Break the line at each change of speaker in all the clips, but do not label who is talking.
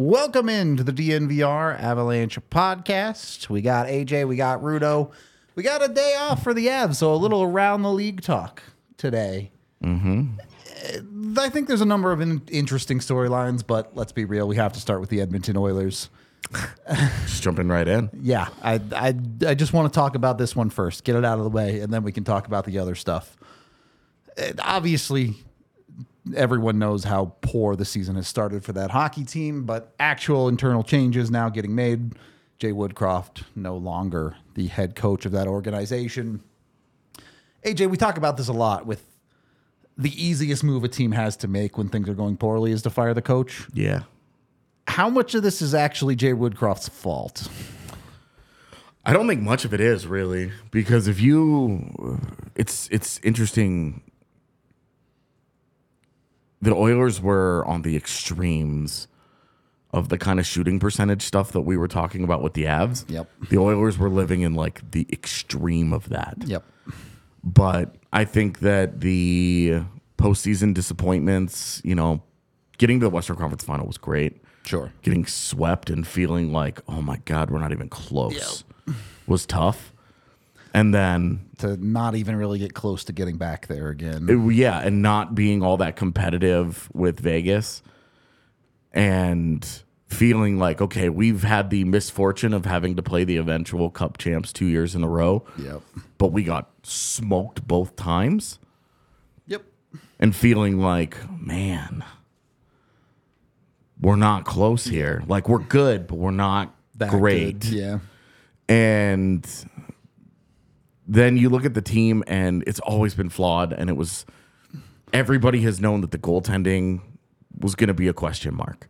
Welcome into the DNVR Avalanche podcast. We got AJ, we got Rudo, we got a day off for the Avs, so a little around the league talk today. Mm-hmm. I think there's a number of in- interesting storylines, but let's be real, we have to start with the Edmonton Oilers.
Just jumping right in.
Yeah, I, I, I just want to talk about this one first, get it out of the way, and then we can talk about the other stuff. And obviously, everyone knows how poor the season has started for that hockey team, but actual internal changes now getting made. Jay Woodcroft, no longer the head coach of that organization. AJ, we talk about this a lot with the easiest move a team has to make when things are going poorly is to fire the coach.
Yeah.
How much of this is actually Jay Woodcroft's fault?
I don't think much of it is really because if you it's it's interesting the Oilers were on the extremes of the kind of shooting percentage stuff that we were talking about with the Avs.
Yep.
The Oilers were living in like the extreme of that.
Yep.
But I think that the postseason disappointments, you know, getting to the Western Conference final was great.
Sure.
Getting swept and feeling like, oh my God, we're not even close was tough. And then
To not even really get close to getting back there again.
It- yeah, and not being all that competitive with Vegas and feeling like, okay, we've had the misfortune of having to play the eventual cup champs two years in a row,
yep.
but we got smoked both times
Yep.
and feeling like, man, we're not close here. Like, we're good, but we're not
That
great.
good. Yeah.
And then you look at the team, and it's always been flawed. And it was everybody has known that the goaltending was going to be a question mark.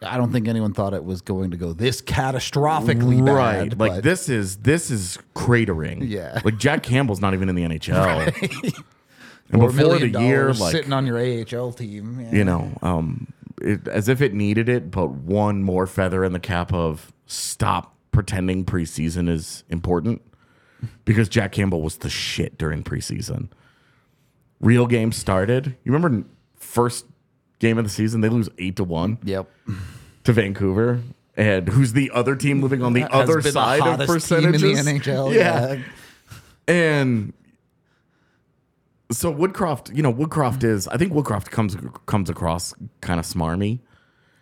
I don't think anyone thought it was going to go this catastrophically bad.
like
but
this is this is cratering.
Yeah.
like Jack Campbell's not even in the NHL. And
four
before the
million
year,
dollars
like
sitting on your AHL team, yeah.
you know, um, it, as if it needed it, but one more feather in the cap of stop pretending preseason is important because Jack Campbell was the shit during preseason. Real games started. You remember first game of the season, they lose eight to one
Yep.
to Vancouver. And who's the other team living on the
Has
other
been the
side of
hottest team in the
percentages?
NHL, yeah.
And so Woodcroft, you know, Woodcroft is I think Woodcroft comes comes across kind of smarmy.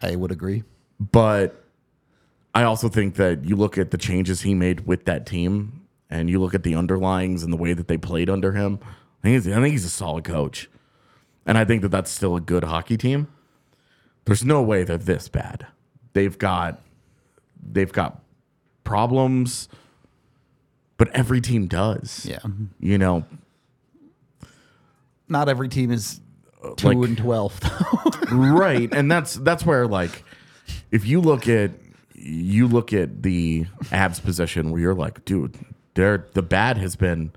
I would agree.
But I also think that you look at the changes he made with that team and you look at the underlyings and the way that they played under him. I think he's, I think he's a solid coach. And I think that that's still a good hockey team. There's no way they're this bad. They've got they've got problems but every team does.
Yeah.
You know,
Not every team is two
Uh, like-
and twelve.
right and that's that's where like if you look at you look at the abs position where you're like dude they're the bad has been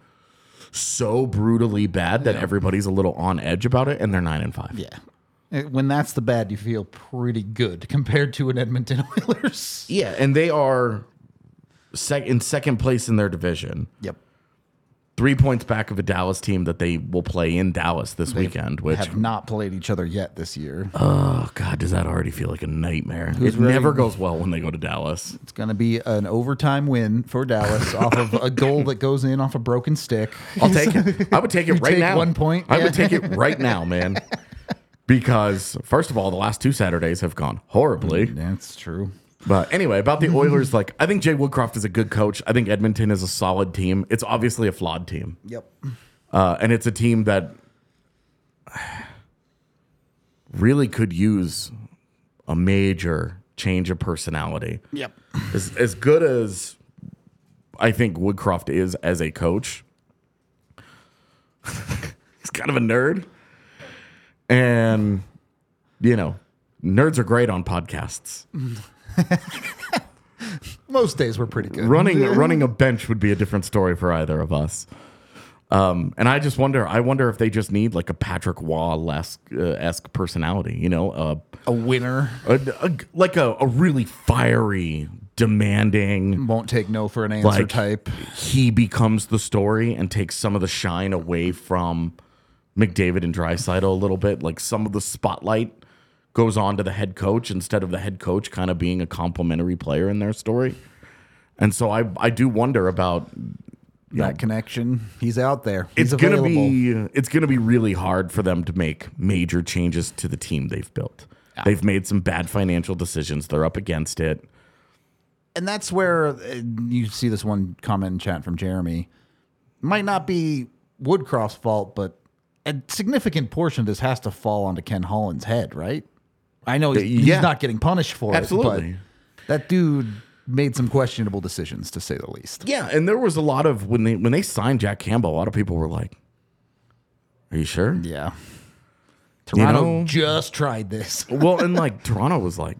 so brutally bad that everybody's a little on edge about it and they're nine and five
yeah. It- When that's the bad, you feel pretty good compared to an Edmonton Oilers.
yeah and they are sec- in second place in their division
Yep.
three points back of a dallas team that they will play in dallas this weekend which
Have not played each other yet this year.
oh god does that already feel like a nightmare it never goes well when they go to dallas
It's going to be an overtime win for Dallas off of a goal that goes in off a broken stick.
I'll take it. I would take it
You
right
take
now.
one point?
I
Yeah.
would take it right now, man. because first of all, the last two Saturdays have gone horribly.
That's true.
But anyway, about the Oilers, like I think Jay Woodcroft is a good coach. I think Edmonton is a solid team. It's obviously a flawed team,
Yep.
uh, and it's a team that really could use a major change of personality.
Yep.
as, as good as I think Woodcroft is as a coach, he's kind of a nerd. And, you know, nerds are great on podcasts.
Most days we're pretty good.
Running running a bench would be a different story for either of us. Um, and I just wonder, I wonder if they just need like a Patrick Waugh esque personality, you know, uh,
A winner
a, a- like a, a really fiery, demanding,
won't take no for an answer
like
type.
he becomes the story and takes some of the shine away from McDavid and Drysaitel a little bit. Like some of the spotlight goes on to the head coach instead of the head coach kind of being a complimentary player in their story. And so I I do wonder about
That connection. He's out there.
it's
He's
gonna
available.
be it's gonna be really hard for them to make major changes to the team they've built. They've made some bad financial decisions. They're up against it.
and that's where uh, you see this one comment in chat from Jeremy. Might not be Woodcroft's fault, but a significant portion of this has to fall onto Ken Holland's head, right? I know he's, he's
Yeah.
not getting punished for it,
Absolutely.
but that dude made some questionable decisions, to say the least.
Yeah, and there was a lot of when they when they signed Jack Campbell, a lot of people were like, "Are you sure?"
Yeah. Toronto
know-
just tried this.
Well, and like Toronto was like,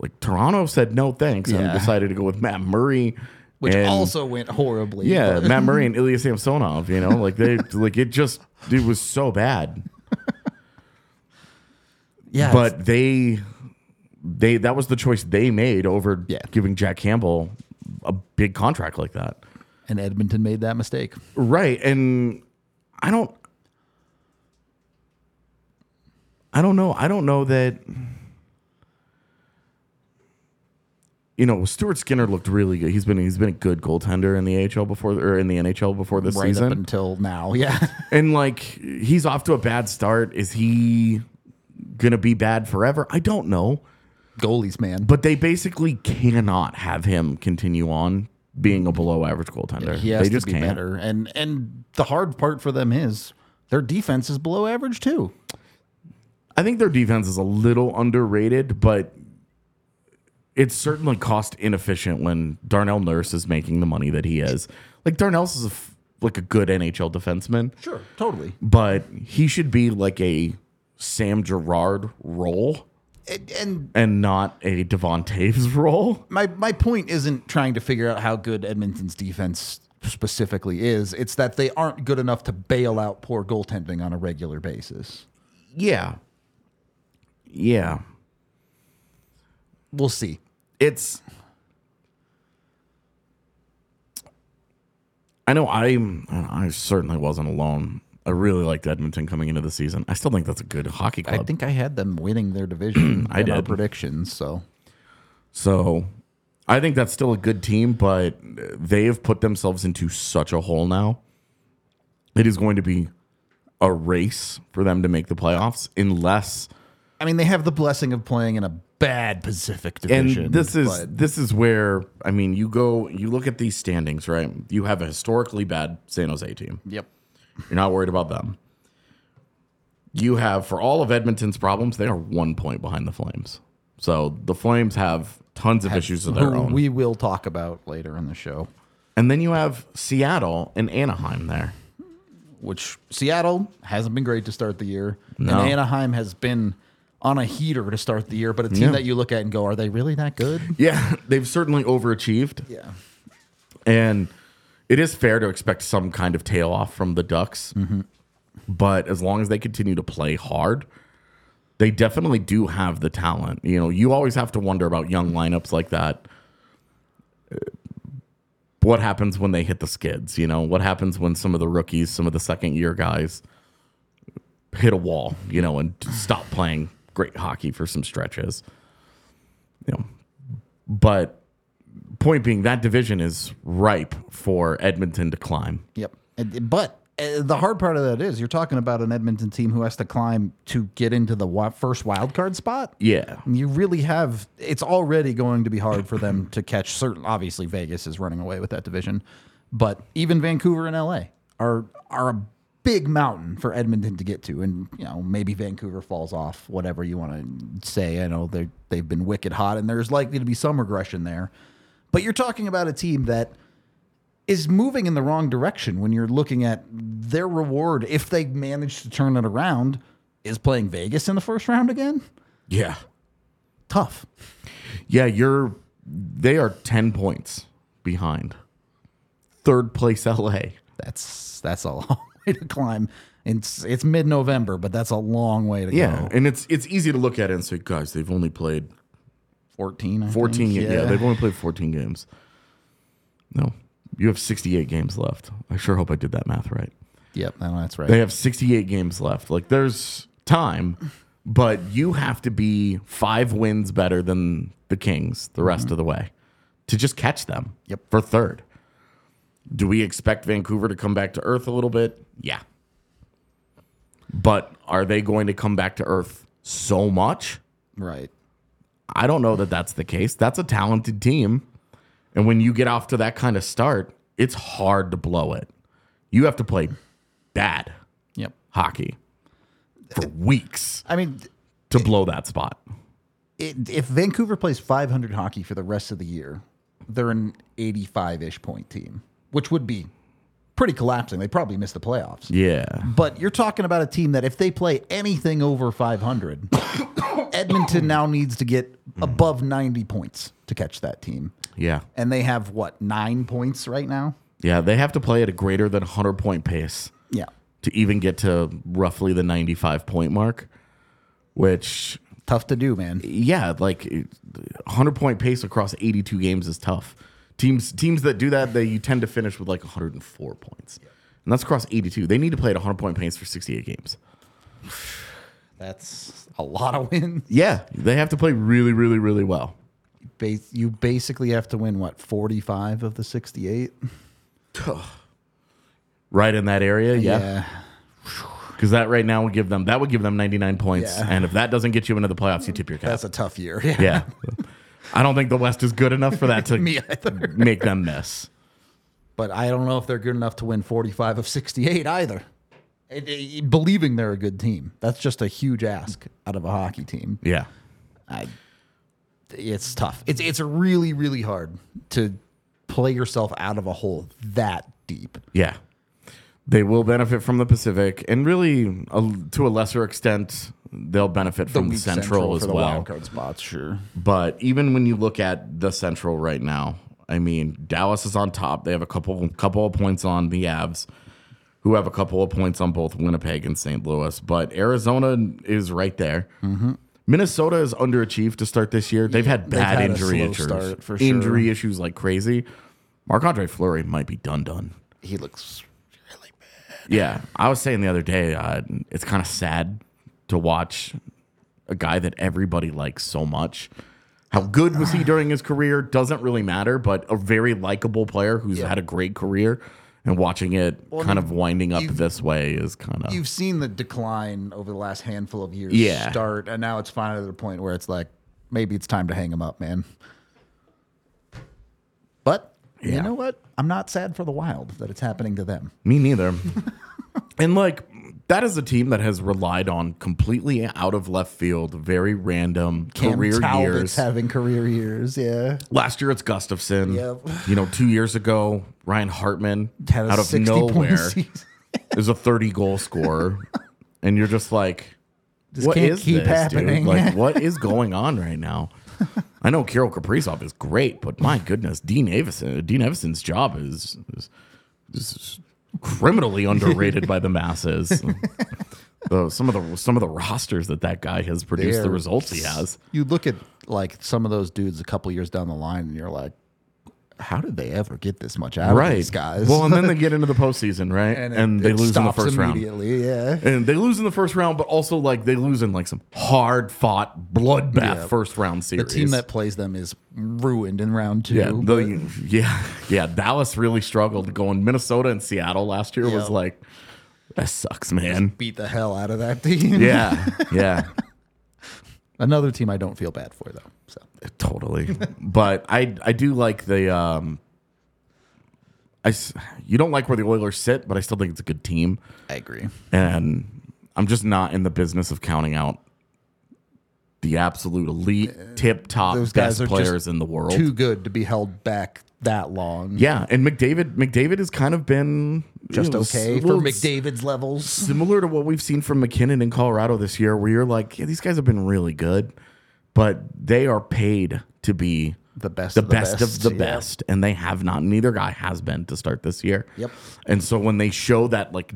like Toronto said no thanks and
Yeah.
decided to go with Matt Murray,
Which
and-
also went horribly.
yeah,
but-
Matt Murray and Ilya Samsonov. You know, like they like it just it was so bad,
yeah. it's-
but they they that was the choice they made over
Yeah.
giving Jack Campbell a big contract like that.
and Edmonton made that mistake.
Right. And I don't I don't know. I don't know that you know, Stuart Skinner looked really good. He's been he's been a good goaltender in the AHL before or in the NHL before this
Right up
season.
until now. Yeah.
and like he's off to a bad start. Is he going to be bad forever? I don't know.
Goalies, man.
But they basically cannot have him continue on being a below average goaltender.
He has
they just
to be
can't.
better. And and the hard part for them is their defense is below average too.
I think their defense is a little underrated, but it's certainly cost inefficient when Darnell Nurse is making the money that he is. Like Darnell's is a f like a good NHL defenseman,
Sure, totally.
but he should be like a Sam Gerard role
And, and
and not a Devon Taves role.
my my point isn't trying to figure out how good Edmonton's defense specifically is. It's that they aren't good enough to bail out poor goaltending on a regular basis.
Yeah. Yeah.
We'll see.
it's I know I'm I certainly wasn't alone. I really liked Edmonton coming into the season. I still think that's a good hockey club.
I think I had them winning their division.
I
in Our
did.
predictions. So
so I think that's still a good team, but they have put themselves into such a hole now. It is going to be a race for them to make the playoffs unless
I mean, they have the blessing of playing in a bad Pacific
and
division.
this is
but-
this is where I mean you go you look at these standings, right? You have a historically bad San Jose team.
yep.
You're not worried about them. You have, for all of Edmonton's problems, they are one point behind the Flames. So the Flames have tons of issues of their
Who
own.
we will talk about later in the show.
and then you have Seattle and Anaheim there.
which Seattle hasn't been great to start the year.
No.
And Anaheim has been on a heater to start the year, but a team
Yeah.
that you look at and go, are they really that good?
Yeah, they've certainly overachieved.
Yeah.
And it is fair to expect some kind of tail off from the Ducks. But as long as they continue to play hard, they definitely do have the talent. You know, you always have to wonder about young lineups like that. Uh, What happens when they hit the skids? You know, what happens when some of the rookies, some of the second year guys hit a wall, you know, and stop playing great hockey for some stretches? You know, but point being that division is ripe for Edmonton to climb.
Yep. And- but uh, uh, the hard part of that is you're talking about an Edmonton team who has to climb to get into the wi- first wild card spot.
Yeah.
You really have. It's already going to be hard for them to catch certain. Obviously, Vegas is running away with that division, but even Vancouver and LA are are a big mountain for Edmonton to get to. And you know, maybe Vancouver falls off. Whatever you want to say. I know they they've been wicked hot, and there's likely to be some regression there. But you're talking about a team that is moving in the wrong direction when you're looking at their reward if they manage to turn it around is playing Vegas in the first round again.
Yeah.
Tough.
Yeah, you're they are 10 points behind. Third place LA.
That's that's a long way to climb. It's it's mid-November, but that's a long way to go.
And it's it's easy to look at it and say, guys, they've only played
14, I
14
think.
games. Yeah. they've only played 14 games. No. You have 68 games left. I sure hope I did that math right.
Yep, no, that's right.
They have 68 games left. Like there's time, but you have to be 5 wins better than the Kings the rest of the way to just catch them.
Yep.
For third. Do we expect Vancouver to come back to earth a little bit? Yeah. But are they going to come back to earth so much?
right.
I don't know that that's the case. That's a talented team. And when you get off to that kind of start, it's hard to blow it. You have to play bad
Yep.
hockey for weeks
I mean,
to blow that spot.
it, if Vancouver plays 500 hockey for the rest of the year, they're an 85-ish point team, which would be pretty collapsing. They probably miss the playoffs.
Yeah.
But you're talking about a team that if they play anything over 500, Edmonton now needs to get above 90 points to catch that team.
Yeah.
And they have what, nine points right now?
Yeah. They have to play at a greater than 100 point pace
Yeah.
to even get to roughly the 95 point mark, which,
Tough to do, man.
yeah, like 100 point pace across 82 games is tough. Teams teams that do that, they you tend to finish with like 104 points. And that's across 82. They need to play at 100 point pace for 68 games.
That's a lot of wins.
Yeah. They have to play really, really, really well.
Bas- You basically have to win, what, 45 of the 68?
Right in that area. yeah. Because that right now would give them that would give them 99 points,
Yeah.
and if that doesn't get you into the playoffs, you tip your cap.
That's a tough year. Yeah.
yeah, I don't think the West is good enough for that to
Me either.
make them miss.
But I don't know if they're good enough to win 45 of 68 either. It- it- believing they're a good team. That's just a huge ask out of a hockey team.
Yeah,
I, it's tough. It's it's really really hard to play yourself out of a hole that deep.
yeah, they will benefit from the Pacific, and really, a, to a lesser extent, they'll benefit from the
weak
Central, as
for the
well.
wild card spots, sure.
But even when you look at the Central right now, I mean, Dallas is on top. They have a couple couple of points on the Avs, who have a couple of points on both Winnipeg and St. Louis. But Arizona is right there. Minnesota is underachieved to start this year. They've had
Mm-hmm. They've
bad
had a
injury
slow
issues,
start, for
injury
sure.
issues like crazy. Marc Andre Fleury might be done done.
He looks really bad.
Yeah, I was saying the other day, uh, it's kind of sad to watch a guy that everybody likes so much. How good was he during his career doesn't really matter, but a very likable player who's had a great career and watching it kind of winding up this way is kind of
You've seen the decline over the last handful of years
Yeah.
start, and now it's finally at the point where it's like maybe it's time to hang him up, man. But you
Yeah.
know what? I'm not sad for the Wild that it's happening to them.
me neither. and like that is a team that has relied on completely out of left field, very random
Cam
career
Talbot's
years.
having career years, yeah.
Last year it's Gustafson.
Yep.
You know, two years ago Ryan Hartman
Had a
out of
60 point
nowhere
season.
is a thirty goal scorer, and you're just like,
This
what
can't
is
keep
this,
happening.
Dude? Like, what is going on right now? I know Kirill Kaprizov is great, but my goodness, Dean Avison, Dean Avison's job is, is, is criminally underrated by the masses. Though some of the some of the rosters that that guy has produced, the
They're-
results he has.
you look at like some of those dudes a couple years down the line and you're like how did they ever get this much out of these guys
Well, and then they get into the postseason, right? And,
it-
they
it
lose in the
stops
first round.
immediately yeah
And they lose in the first round, but also like they lose in like some hard fought bloodbath first round
the
series.
team that plays them is ruined in round two
yeah,
but-
the, yeah, yeah. Dallas really struggled going. Minnesota and Seattle last year was
Yeah.
like That sucks, man.
beat the hell out of that team.
Yeah, yeah,
Another team I don't feel bad for though. So
totally. But I I do like the um. I s- you don't like where the Oilers sit, but I still think it's a good team,
I agree.
and I'm just not in the business of counting out the absolute elite, tip top
Those
best
guys are just
players in the world.
Too good to be held back that long.
Yeah, and McDavid McDavid has kind of been you
Just
know,
okay
s-
for
well,
McDavid's levels.
similar to what we've seen from McKinnon in Colorado this year, where you're like, yeah, these guys have been really good, but they are paid to be
The best
the,
of the
best,
best,
of the
yeah.
best, and they have not. Neither guy has been to start this year.
Yep.
And so when they show that like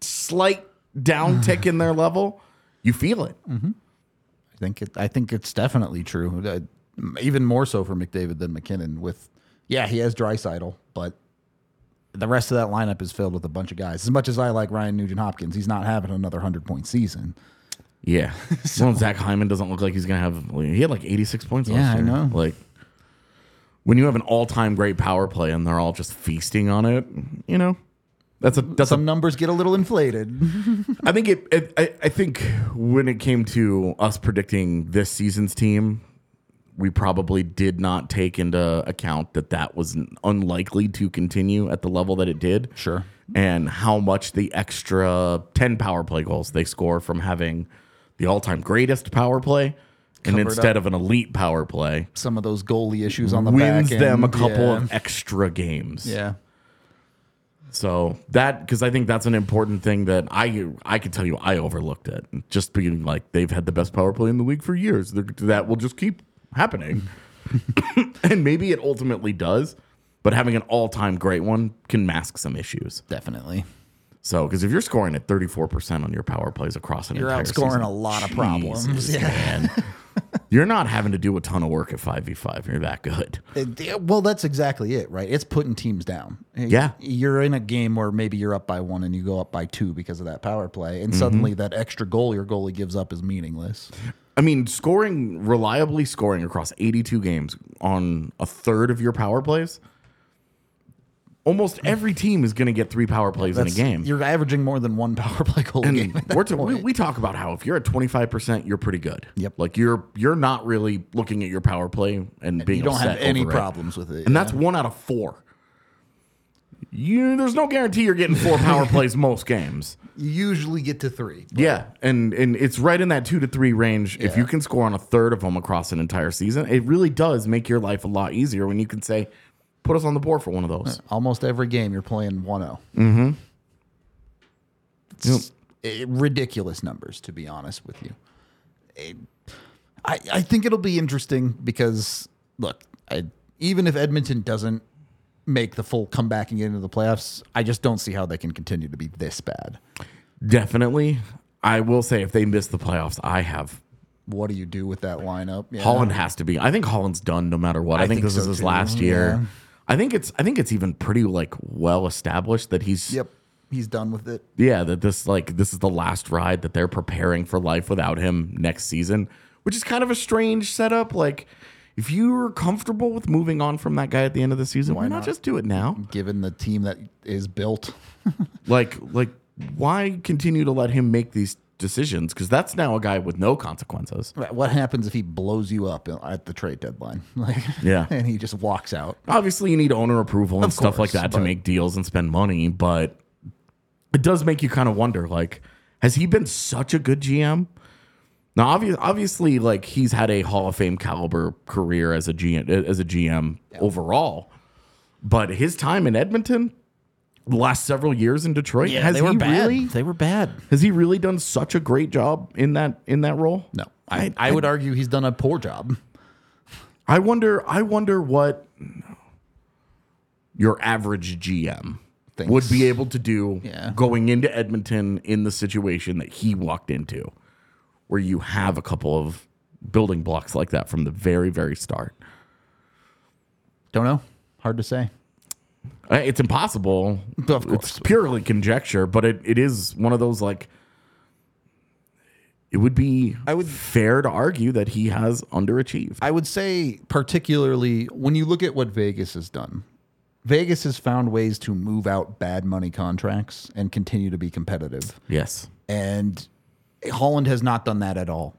slight downtick in their level, you feel it.
Mm. I think it, I think it's definitely true. Uh, even more so for McDavid than McKinnon. With yeah, he has Drysidle, but the rest of that lineup is filled with a bunch of guys. As much as I like Ryan Nugent Hopkins, he's not having another hundred point season.
Yeah. well, Zach Hyman doesn't look like he's gonna have. He had like 86 points.
Yeah,
last
I
year.
know.
Like when you have an all-time great power play and they're all just feasting on it, you know. That's a that's a
Some numbers get a little inflated.
I think it, it I, I think when it came to us predicting this season's team, we probably did not take into account that that was unlikely to continue at the level that it did.
Sure.
And how much the extra 10 power play goals they score from having the all-time greatest power play and instead of an elite power play
Some of those goalie issues on the
wins
back
them a
end.
couple
yeah.
of extra games.
yeah.
So that because I think that's an important thing that I I could tell you I overlooked it. Just being like they've had the best power play in the league for years. They're, that will just keep happening, and maybe it ultimately does. But having an all time great one can mask some issues.
Definitely.
So because if you're scoring at 34 percent on your power plays across an
You're
entire
outscoring
season,
a lot of problems.
Jesus,
Yeah.
man. you're not having to do a ton of work at 5v5. You're that good.
It- yeah, well, that's exactly it, right? It's putting teams down.
Yeah.
You're in a game where maybe you're up by one and you go up by two because of that power play,
Mm-hmm.
and suddenly that extra goal your goalie gives up is meaningless.
I mean, scoring reliably scoring across 82 games on a third of your power plays. Almost every team is going to get three power plays in a game.
You're averaging more than one power play goal a game.
And we're to, we, we talk about how if you're at 25 percent, you're pretty good.
Yep.
Like you're you're not really looking at your power play and, being
You don't have
upset
any
over it.
problems with it.
And that's one out of four. You, there's no guarantee you're getting four power plays most games.
you usually get to three.
Yeah, and and it's right in that two to three range. If you can score on a third of them across an entire season, it really does make your life a lot easier when you can say, "Put us on the board for one of those."
Almost every game you're playing 1 0.
Yep.
eh, ridiculous numbers, to be honest with you. Eh, I, I think it'll be interesting because, look, I, even if Edmonton doesn't make the full comeback and get into the playoffs, I just don't see how they can continue to be this bad.
Definitely, I will say if they miss the playoffs, I have
What do you do with that lineup? Yeah.
Holland has to be. I think Holland's done no matter what. I, think,
think
this is
so
his
too,
last year. I think it's I think it's even pretty like well established that he's
Yep. He's done with it.
yeah that this like this is the last ride that they're preparing for life without him next season which is kind of a strange setup like if you're comfortable with moving on from that guy at the end of the season why, not? Mm-hmm. just do it now
Given the team that is built,
like like why continue to let him make these decisions because that's now a guy with no consequences
what happens if he blows you up at the trade deadline? Like,
Yeah.
and he just walks out.
obviously you need owner approval and
Of
stuff like
course,
that to
but-
make deals and spend money but it does make you kind of wonder like has he been such a good gm now obvious, obviously like he's had a hall of fame caliber career as a gm as a gm overall but his time in edmonton the last several years in detroit has he really
They were bad.
has he really done such a great job in that in that role
No, I, I would argue he's done a poor job.
I wonder. I wonder what your average GM
Thinks.
would be able to do
Yeah.
going into Edmonton in the situation that he walked into, where you have a couple of building blocks like that from the very very start.
Don't know. Hard to say.
Uh, It's impossible.
Of course.
It's purely conjecture, but it, it is one of those like. It would be I would fair to argue that he has underachieved.
I would say, particularly when you look at what Vegas has done, Vegas has found ways to move out bad money contracts and continue to be competitive.
Yes.
And Holland has not done that at all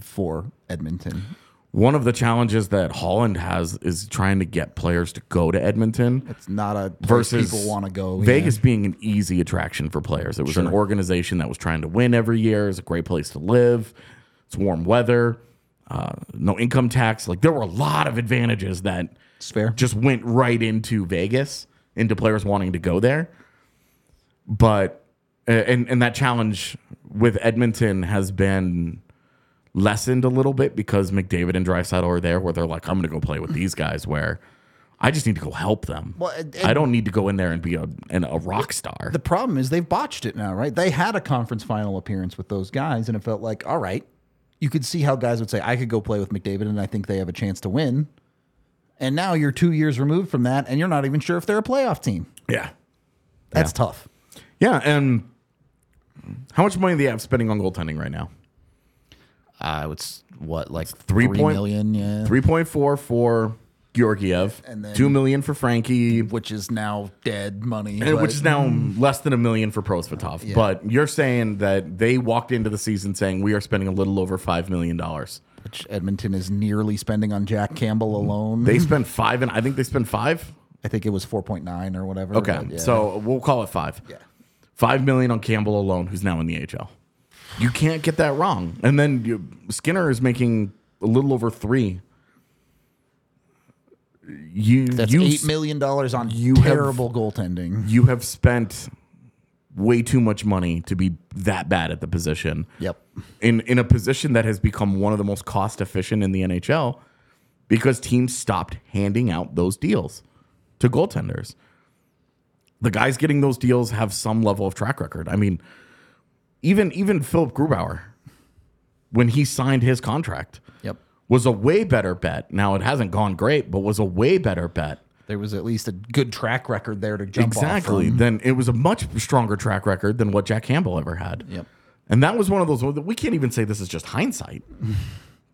for Edmonton.
One of the challenges that Holland has is trying to get players to go to Edmonton
It's not a place
versus
people want to go. yeah.
Vegas being an easy attraction for players. It was an organization that was trying to win every year. It's a great place to live. It's warm weather. Uh, no income tax. Like there were a lot of advantages that
It's fair.
just went right into Vegas, into players wanting to go there. But uh, and and that challenge with Edmonton has been lessened a little bit because McDavid and Drysaddle are there, where they're like, I'm going to go play with these guys. Where I just need to go help them.
Well, and-
I don't need to go in there and be a an, a rock star.
The problem is they've botched it now, right? They had a conference final appearance with those guys, and it felt like, all right, you could see how guys would say, I could go play with McDavid, and I think they have a chance to win. And now you're two years removed from that, and you're not even sure if they're a playoff team.
yeah,
That's tough.
yeah. And how much money do they have spending on goaltending right now?
Uh, it's what, like
Three
three
point-
million, yeah.
Three point four for Georgiev,
And then-
two million for Frankie.
which is now dead money.
And
but-
which is now less than a million for Prosvetov. But you're saying that they walked into the season saying we are spending a little over five million dollars.
which Edmonton is nearly spending on Jack Campbell alone.
They spent five, and I think they spent five.
I think it was four point nine or whatever.
Okay,
but yeah.
so we'll call it five. Yeah, five million on Campbell alone, who's now in the AHL. You can't get that wrong. And then you, Skinner is making a little over three. You
that's
you
eight million dollars on
have-
terrible goaltending.
you have spent way too much money to be that bad at the position.
Yep.
in in a position that has become one of the most cost efficient in the NHL because teams stopped handing out those deals to goaltenders. The guys getting those deals have some level of track record. I mean, even even Philip Grubauer, when he signed his contract,
Yep.
was a way better bet. Now it hasn't gone great, but was a way better bet
There was at least a good track record there to jump off.
exactly. Then it was a much stronger track record than what Jack Campbell ever had.
Yep.
And that was one of those we can't even say this is just hindsight.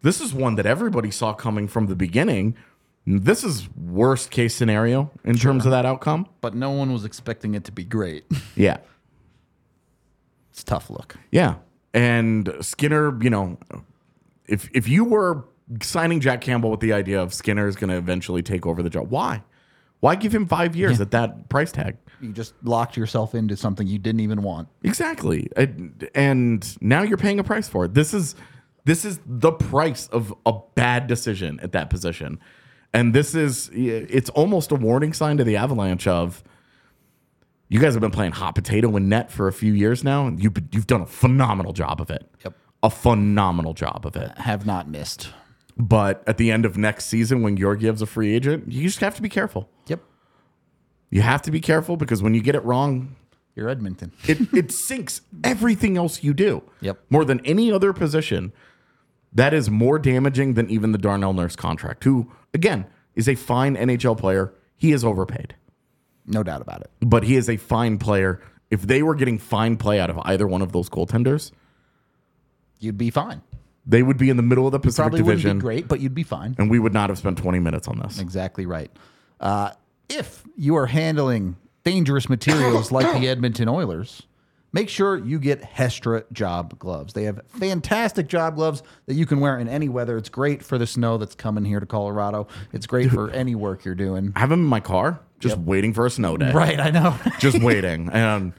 this is one that everybody saw coming from the beginning. This is worst case scenario in terms of that outcome.
But no one was expecting it to be great.
Yeah.
It's a tough look.
Yeah. And Skinner, you know, if if you were signing Jack Campbell with the idea of Skinner is going to eventually take over the job, why? Why give him 5 years at that price tag?
You just locked yourself into something you didn't even want.
Exactly. And- And now you're paying a price for it. This is this is the price of a bad decision at that position. And this is it's almost a warning sign to the Avalanche of you guys have been playing hot potato in net for a few years now and you've been- you've done a phenomenal job of it.
Yep.
A phenomenal job of it.
Have not missed.
But at the end of next season when Georgiev's a free agent, you just have to be careful.
Yep.
You have to be careful because when you get it wrong,
You're Edmonton.
it, it sinks everything else you do.
Yep.
More than any other position, that is more damaging than even the Darnell Nurse contract, who, again, is a fine NHL player. He is overpaid,
No doubt about it.
but he is a fine player. If they were getting fine play out of either one of those goaltenders,
You'd be fine.
they would be in the middle of the Pacific
Probably wouldn't
Division,
be great, but you'd be fine.
and we would not have spent 20 minutes on this.
Exactly right. Uh, if you are handling dangerous materials like the Edmonton Oilers, make sure you get Hestra job gloves. They have fantastic job gloves that you can wear in any weather. It's great for the snow that's coming here to Colorado. It's great for any work you're doing.
I have him in my car, just waiting for a snow day.
Right, I know.
just waiting and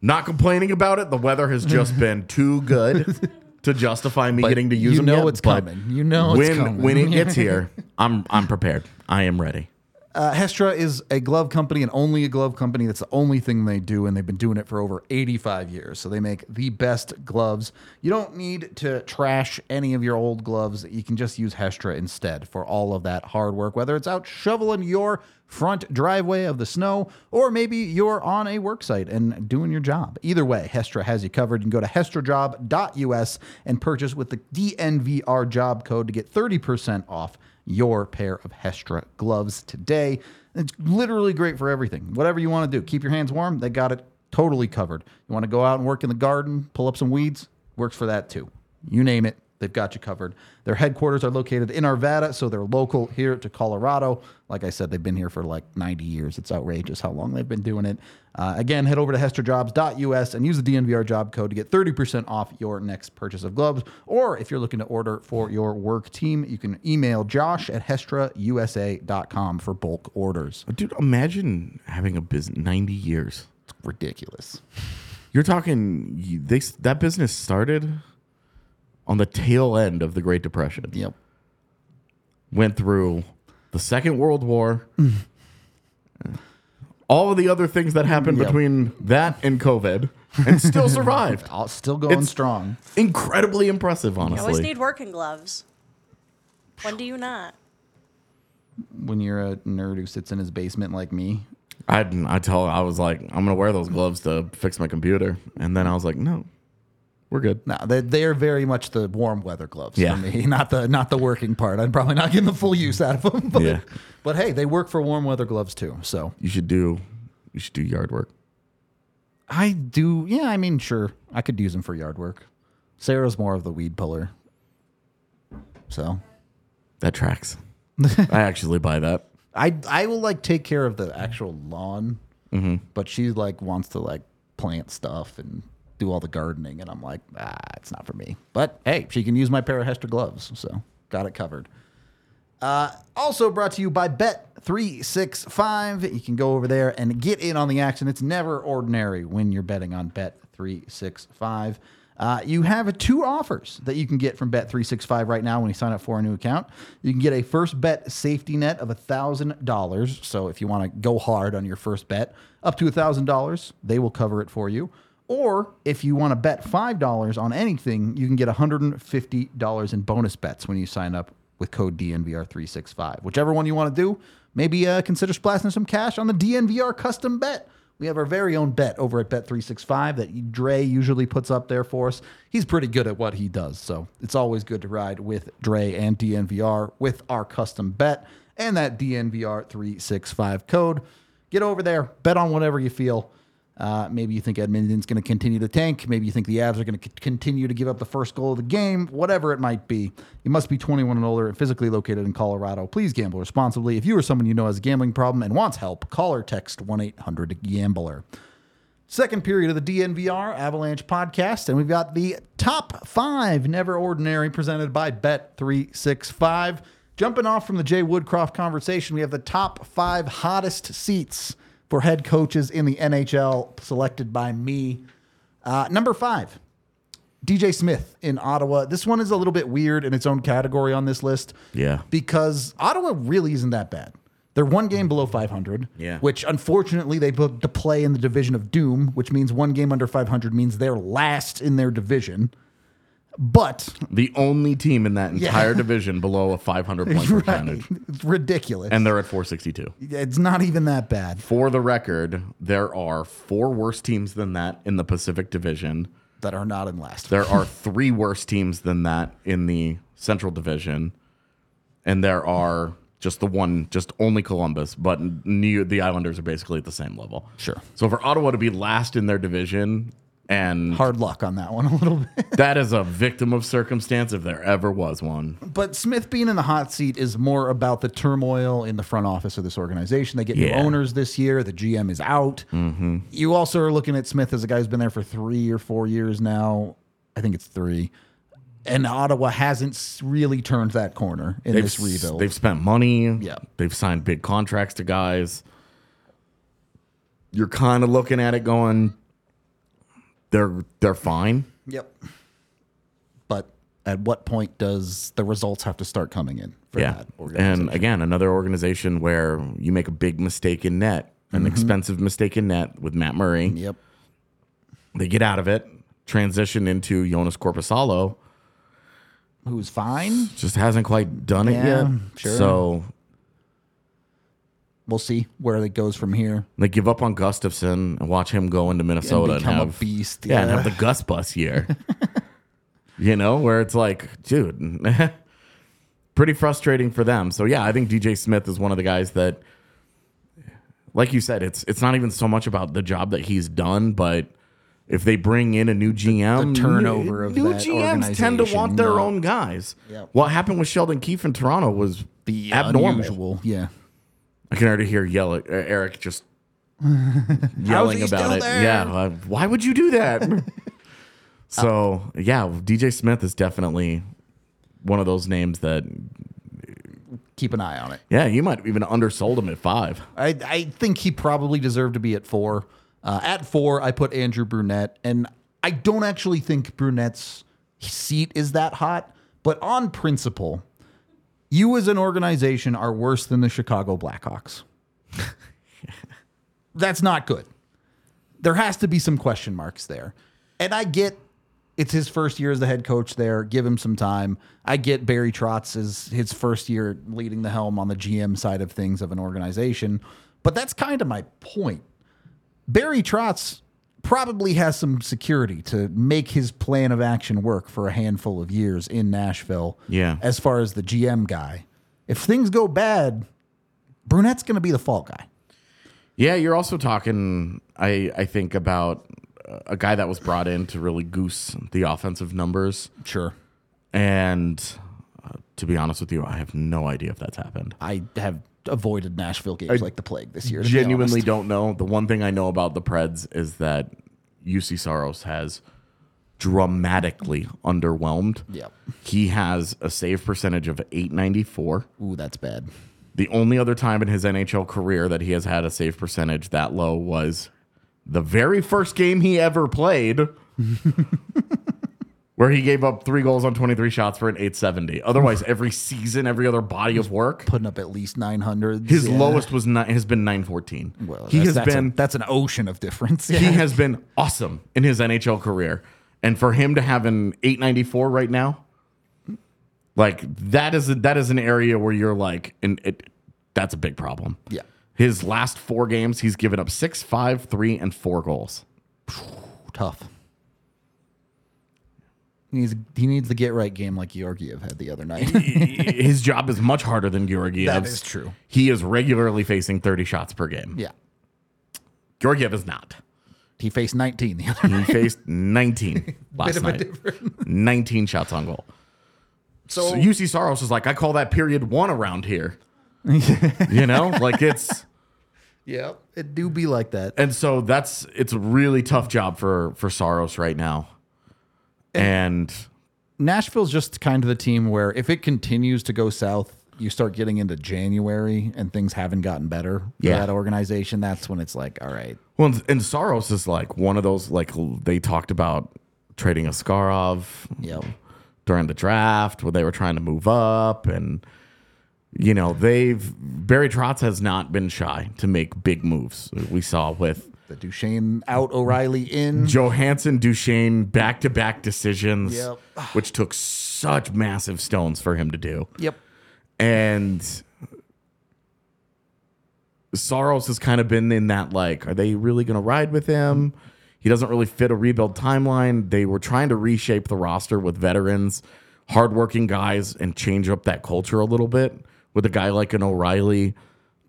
not complaining about it. The weather has just been too good to justify me getting to use
you
them
know
yet,
it's
but
coming. You know it's
when
coming.
when it gets here, I'm I'm prepared. I am ready.
Uh, Hestra is a glove company and only a glove company. That's the only thing they do, and they've been doing it for over 85 years. So they make the best gloves. You don't need to trash any of your old gloves. You can just use Hestra instead for all of that hard work, whether it's out shoveling your front driveway of the snow, or maybe you're on a work site and doing your job. Either way, Hestra has you covered. You can go to hestrajob.us and purchase with the DNVR job code to get 30% off your pair of Hestra gloves today. It's literally great for everything. Whatever you want to do, keep your hands warm. They got it totally covered. You want to go out and work in the garden, pull up some weeds, works for that too. You name it, They've got you covered. Their headquarters are located in Arvada, so they're local here to Colorado. Like I said, they've been here for like 90 years. It's outrageous how long they've been doing it. Uh, again, head over to hesterjobs.us and use the DNVR job code to get 30% off your next purchase of gloves. Or if you're looking to order for your work team, you can email josh at hestrausa.com for bulk orders.
Dude, imagine having a business 90 years.
It's ridiculous.
You're talking you- they that business started on the tail end of the Great Depression.
Yep.
Went through the Second World War. all of the other things that happened
Yep.
between that and COVID and still survived.
I'll still going
It's-
strong.
Incredibly impressive,
You always
honestly.
need working gloves. When do you not?
When you're a nerd who sits in his basement like me,
I didn't- I tell I was like, I'm gonna wear those gloves to fix my computer, and then I was like, no, we're good.
No, they they are very much the warm weather gloves
Yeah.
for me, not the not the working part. I'm probably not getting the full use out of them. But,
Yeah.
but hey, they work for warm weather gloves too. So
You should do you should do yard work.
I do. Yeah, I mean, sure, I could use them for yard work. Sarah's more of the weed puller. So
That tracks. I actually buy that.
I I will like take care of the actual lawn, but she like wants to like plant stuff and do all the gardening, and I'm like, ah, it's not for me. But hey, she can use my pair of Hester gloves, so got it covered. Uh, also brought to you by Bet. 365. You can go over there and get in on the action. It's never ordinary when you're betting on Bet365. Uh, you have two offers that you can get from Bet365 right now when you sign up for a new account. You can get a first bet safety net of $1,000. So if you want to go hard on your first bet, up to $1,000, they will cover it for you. Or if you want to bet $5 on anything, you can get $150 in bonus bets when you sign up with code DNVR365. Whichever one you want to do, maybe uh, consider splashing some cash on the DNVR custom bet. We have our very own bet over at Bet365 that Dre usually puts up there for us. He's pretty good at what he does, so it's always good to ride with Dre and DNVR with our custom bet and that DNVR365 code. Get over there, bet on whatever you feel. Uh, maybe you think Edmonton's going to continue to tank. Maybe you think the Avs are going to c- continue to give up the first goal of the game, whatever it might be. You must be 21 and older and physically located in Colorado. Please gamble responsibly. If you or someone you know has a gambling problem and wants help, call or text 1 800 Gambler. Second period of the DNVR Avalanche podcast, and we've got the top five never ordinary presented by Bet365. Jumping off from the Jay Woodcroft conversation, we have the top five hottest seats for head coaches in the NHL selected by me. Uh, number five, DJ Smith in Ottawa. This one is a little bit weird in its own category on this list.
Yeah.
Because Ottawa really isn't that bad. They're one game below 500,
Yeah.
which unfortunately they booked to play in the division of doom, which means one game under 500 means they're last in their division. But
The only team in that entire division below a 500 point percentage,
it's ridiculous.
and they're at 462.
it's not even that bad.
For the record, there are four worse teams than that in the Pacific Division.
That are not in last.
There are three worse teams than that in the Central Division, and there are just the one, just only Columbus, but New, the Islanders are basically at the same level.
Sure.
So for Ottawa to be last in their division, and
Hard luck on that one a little bit.
that is a victim of circumstance if there ever was one.
But Smith being in the hot seat is more about the turmoil in the front office of this organization. They get new
Yeah. Mm-hmm.
owners this year. The GM is out. You also are looking at Smith as a guy who's been there for three or four years now. I think it's three. And Ottawa hasn't s- really turned that corner in this
s-
rebuild.
They've spent money.
Yeah.
They've signed big contracts to guys. You're kind of looking at it going, they're they're fine.
Yep. But at what point does the results have to start coming in for
yeah.
that organization?
And again, another organization where you make a big mistake in net, an
Mm-hmm.
expensive mistake in net with Matt Murray.
yep.
They get out of it, transition into Jonas Corposalo.
Who's fine?
Just hasn't quite done it
Yeah,
yet.
sure.
So
We'll see where it goes from here.
They give up on Gustafson and watch him go into Minnesota and,
become a
have,
beast,
Yeah, and
yeah.
have the Gus Bus year. you know, where it's like, dude, pretty frustrating for them. So yeah, I think DJ Smith is one of the guys that, like you said, it's it's not even so much about the job that he's done, but If they bring in a new GM,
turnover of
new
that
GMs tend to want
organization,
their
yeah.
own guys. What happened with Sheldon Keefe in Toronto was
The
abnormal.
unusual. Yeah.
I can already hear yell uh, Eric just yelling
How's he
about
still
it.
there?
Yeah, uh, why would you do that? so yeah, DJ Smith is definitely one of those names that
Keep an eye on it.
yeah you might have even undersold him at five.
I, I think he probably deserved to be at four. Uh, at four, I put Andrew Brunette, and I don't actually think Brunette's seat is that hot, but on principle, you as an organization are worse than the Chicago Blackhawks. That's not good. There has to be some question marks there. And I get it's his first year as the head coach there. Give him some time. I get Barry Trotz is his first year leading the helm on the GM side of things of an organization. But that's kind of my point. Barry Trotz probably has some security to make his plan of action work for a handful of years in Nashville.
Yeah.
As far as the GM guy. If things go bad, Brunette's going to be the fall guy.
Yeah, you're also talking. I I think about uh, a guy that was brought in to really goose the offensive numbers,
Sure.
and uh, to be honest with you, I have no idea if that's happened.
I have avoided Nashville games like the plague this year. to be
genuinely
honest.
don't know. The one thing I know about the Preds is that UC Soros has dramatically underwhelmed.
Yep.
He has a save percentage of 894.
Ooh, that's bad.
The only other time in his NHL career that he has had a save percentage that low was the very first game he ever played, where he gave up three goals on 23 shots for an 870. Otherwise, every season, every other body of work,
Putting up at least 900.
his
Yeah.
lowest was ni- has been 914.
Well,
he
that's,
has
that's a-
been
that's an ocean of difference.
he
Yeah.
has been awesome in his NHL career. And for him to have an 894 right now, like that is that is an area where you're like, and it, that's a big problem.
Yeah.
His last four games, he's given up six, five, three, and four goals.
Tough. He needs, he needs the get right game like Georgiev had the other night.
his job is much harder than Georgiev's.
That is true.
He is regularly facing 30 shots per game.
yeah.
Georgiev is not.
He faced 19 the other
He
night.
faced 19 last night. 19 shots on goal. So, UC Soros is like, I call that period one around here. you know, like it's
Yeah. It do be like that.
and so that's it's a really tough job for for Soros right now. And
Nashville's just kind of the team where if it continues to go south, you start getting into January and things haven't gotten better for
Yeah.
that organization. That's when it's like, all right,
well, and Soros is like one of those like they talked about trading Askarov
yep.
during the draft where they were trying to move up and you know they've Barry Trotz has not been shy to make big moves. We saw with
The Duchesne out, O'Reilly in.
Johansson Duchesne back to back decisions,
Yep.
which took such massive stones for him to do.
Yep.
And Soros has kind of been in that like, are they really going to ride with him? He doesn't really fit a rebuild timeline. They were trying to reshape the roster with veterans, hardworking guys, and change up that culture a little bit with a guy like an O'Reilly.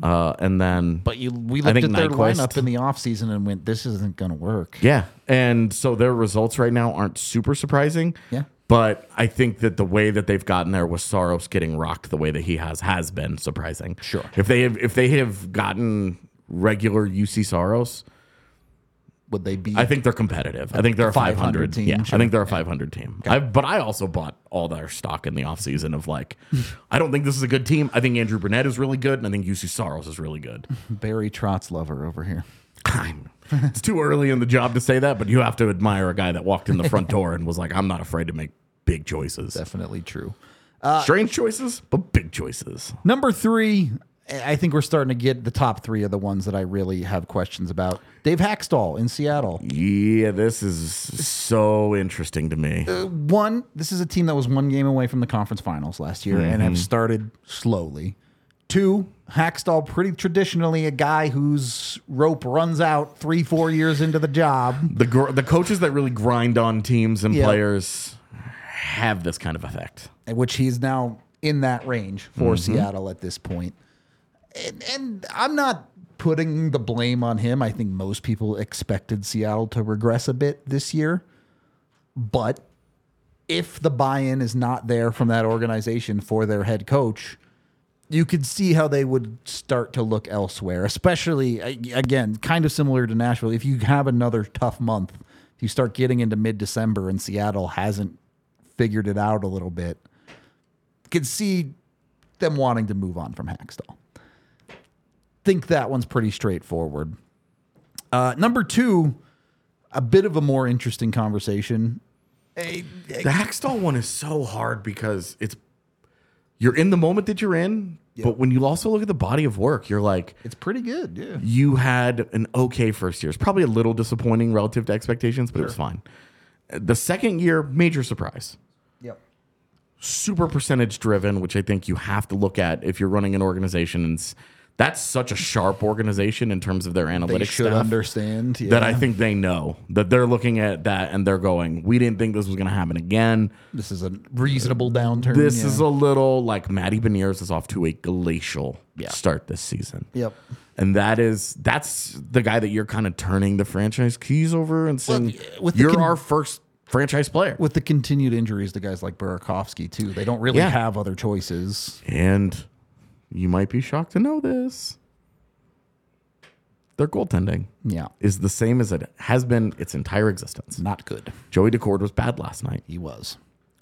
Uh, and then,
But you, we
I
looked
think
at their
Nyquist-
lineup in the offseason and went, this isn't going to work.
Yeah. And so their results right now aren't super surprising.
Yeah.
But I think that the way that they've gotten there with Soros getting rocked the way that he has has been surprising.
Sure.
If they have if they have gotten regular UC Soros,
Would they be?
I think they're competitive. I think they're a 500,
500 team,
Yeah,
sure.
I think they're a 500 team. I, but I also bought all their stock in the offseason of like, I don't think this is a good team. I think Andrew Burnett is really good, and I think UC Soros is really good.
Barry Trotz lover over here.
I'm- it's too early in the job to say that, but you have to admire a guy that walked in the front door and was like, I'm not afraid to make big choices.
Definitely true.
Strange choices, but big choices.
Number three, I think we're starting to get the top three of the ones that I really have questions about. Dave Hackstall in Seattle.
Yeah, this is so interesting to me.
One, this is a team that was one game away from the conference finals last year and have started slowly. Two, Hackstall, pretty traditionally a guy whose rope runs out three, four years into the job.
The gr- the coaches that really grind on teams and
Yeah.
players have this kind of effect.
at which he's now in that range for Seattle at this point. And, and I'm not putting the blame on him. I think most people expected Seattle to regress a bit this year. But if the buy in is not there from that organization for their head coach, you could see how they would start to look elsewhere, especially a- again, kind of similar to Nashville. If you have another tough month, if you start getting into mid December and Seattle hasn't figured it out a little bit, you could see them wanting to move on from Hackstall. Think that one's pretty straightforward. Uh, number two, a bit of a more interesting conversation.
The Hackstall one is so hard because it's you're in the moment that you're in, but when you also look at the body of work, you're like
It's pretty good, yeah.
you had an okay first year. It's probably a little disappointing relative to expectations, but it was fine. The second year, major surprise.
Yep.
super percentage driven, which I think you have to look at if you're running an organization. And s- that's such a sharp organization in terms of their
They
analytics
should
staff
understand
that I
yeah.
think they know that they're looking at that and they're going, "We didn't think this was going to happen again."
this is a reasonable downturn.
This
yeah.
is a little like Matty Beniers is off to a glacial start this season.
Yep.
And that is that's the guy that you're kind of turning the franchise keys over and saying
yeah, with the
you're
con-
our first franchise player.
with the continued injuries to guys like Burakovsky too. They don't really
Yeah.
have other choices.
And you might be shocked to know this. Their goaltending
Yeah,
is the same as it has been its entire existence.
not good.
Joey DeCord was bad last night.
He was.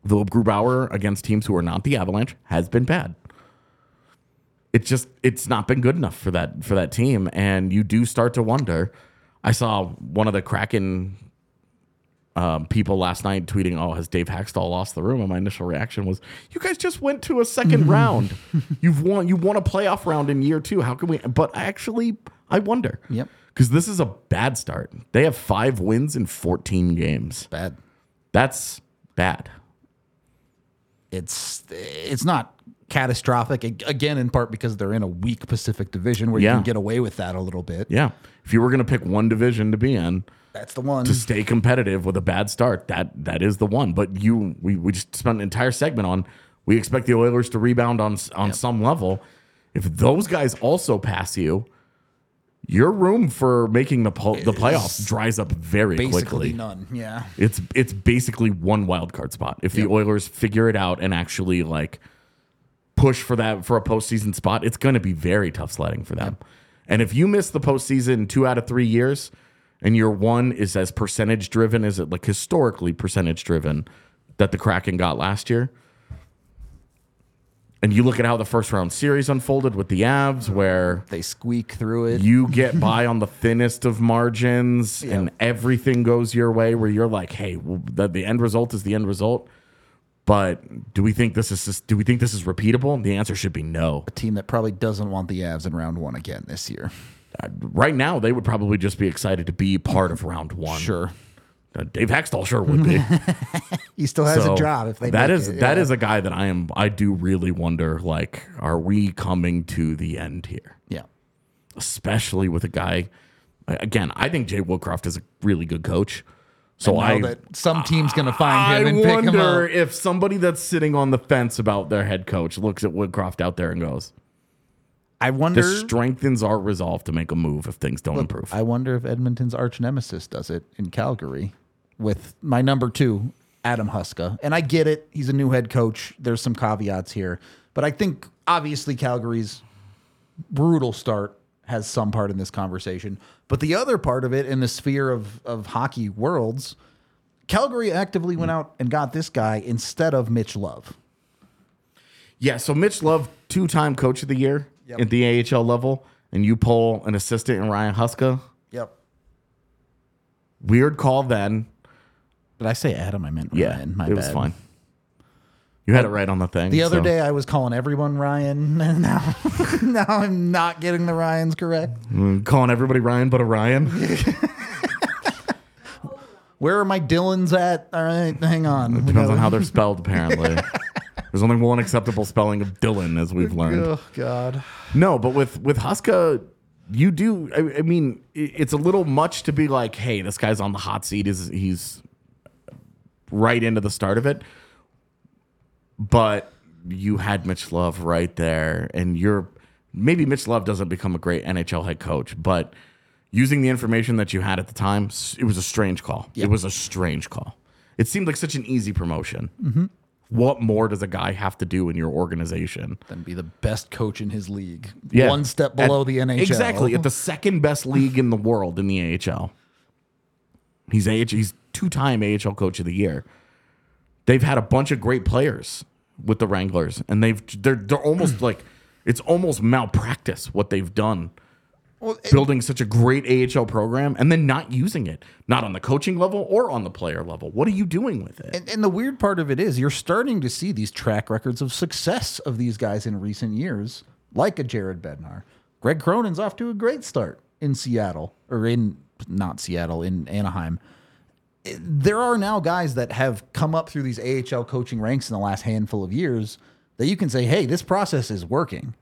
Philip Grubauer against teams who are not the Avalanche has been bad. It's just it's not been good enough for that for that team, and you do start to wonder. I saw one of the Kraken um, people last night tweeting, "Oh, has Dave Haxtell lost the room?" And my initial reaction was, "You guys just went to a second round. You've won. You won a playoff round in year two. How can we?" But actually, I wonder.
Yep.
Because this is a bad start. They have five wins in fourteen games.
Bad.
That's bad.
It's it's not catastrophic Ag- again in part because they're in a weak Pacific Division where you
Yeah.
can get away with that a little bit.
Yeah. If you were going to pick one division to be in
That's the one.
to stay competitive with a bad start, that that is the one. But you we, we just spent an entire segment on we expect the Oilers to rebound on s- on some level. If those guys also pass you, your room for making the pl- the playoffs dries up very
Basically
quickly.
none. Yeah.
It's it's basically one wild card spot. If the Oilers figure it out and actually like push for that for a postseason spot, it's going to be very tough sledding for them. And if you miss the postseason two out of three years, and your one is as percentage driven as it like historically percentage driven that the Kraken got last year, and you look at how the first round series unfolded with the Avs, where
They squeak through it.
you get by on the thinnest of margins and everything goes your way where you're like hey well, the, the end result is the end result but do we think this is sus- do we think this is repeatable the answer should be no
a team that probably doesn't want the Avs in round one again this year.
right now they would probably just be excited to be part of round one Uh, dave hextall sure would be
He still has
So
a job if they
that
make
is
it,
that
yeah.
is a guy that i am i do really wonder like are we coming to the end here
yeah.
especially with a guy. Again, I think Jay Woolcroft is a really good coach. So
Now
I,
that some team's going to find
I
him and pick him
wonder
up.
if somebody that's sitting on the fence about their head coach looks at Woodcroft out there and goes,
I wonder.
"This strengthens our resolve to make a move if things don't improve."
I wonder if Edmonton's arch nemesis does it in Calgary with my number two, Adam Huska. And I get it. He's a new head coach. There's some caveats here. But I think obviously Calgary's brutal start has some part in this conversation. But the other part of it in the sphere of, of hockey worlds, Calgary actively went out and got this guy instead of Mitch Love.
yeah. So Mitch Love, two-time coach of the year at the AHL level, and you pull an assistant in Ryan Huska.
Yep.
Weird call then.
Did I say Adam? I meant
Yeah,
Ryan. My
it was
bad.
fine. You had it right on the thing.
The other
so-
day I was calling everyone Ryan, and now, now I'm not getting the Ryans correct.
calling everybody Ryan, but a Ryan.
Where are my Dylans at? All right, hang on. We
Depends on
gotta-
how they're spelled, apparently. There's only one acceptable spelling of Dylan, as we've learned.
Oh God.
No, but with with Huska, you do. I, I mean, i- it's a little much to be like, hey, this guy's on the hot seat. Is he's right into the start of it? But you had Mitch Love right there, and you're maybe Mitch Love doesn't become a great NHL head coach, but using the information that you had at the time, s- it was a strange call. It was a strange call. It seemed like such an easy promotion. What more does a guy have to do in your organization?
Then be the best coach in his league.
Yeah.
One step
At-
below the NHL.
Exactly. At the second best league in the world in the AHL. He's AH, he's two-time AHL coach of the year. They've had a bunch of great players with the Wranglers and they've they're they're almost like it's almost malpractice what they've done. building such a great AHL program and then not using it, not on the coaching level or on the player level. What are you doing with it?
And, and the weird part of it is you're starting to see these track records of success of these guys in recent years, like a Jared Bednar. Greg Cronin's off to a great start in Seattle, or in not Seattle, in Anaheim. There are now guys that have come up through these AHL coaching ranks in the last handful of years that you can say, hey, this process is working.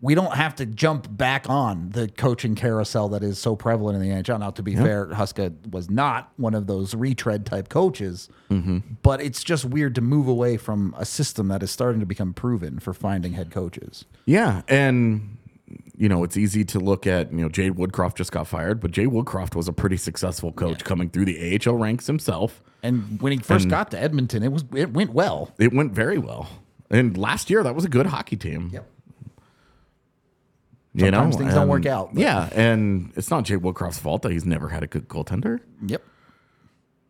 We don't have to jump back on the coaching carousel that is so prevalent in the NHL. Now, to be fair, Huska was not one of those retread type coaches but it's just weird to move away from a system that is starting to become proven for finding head coaches.
Yeah, and you know it's easy to look at. You know, Jay Woodcroft just got fired, but Jay Woodcroft was a pretty successful coach coming through the AHL ranks himself.
And when he first got to Edmonton, it was it went well.
It went very well, and last year that was a good hockey team.
Yep.
You know,
Sometimes things don't work
and-
out, but-
Yeah, and it's not Jay Woodcroft's fault that he's never had a good goaltender.
Yep.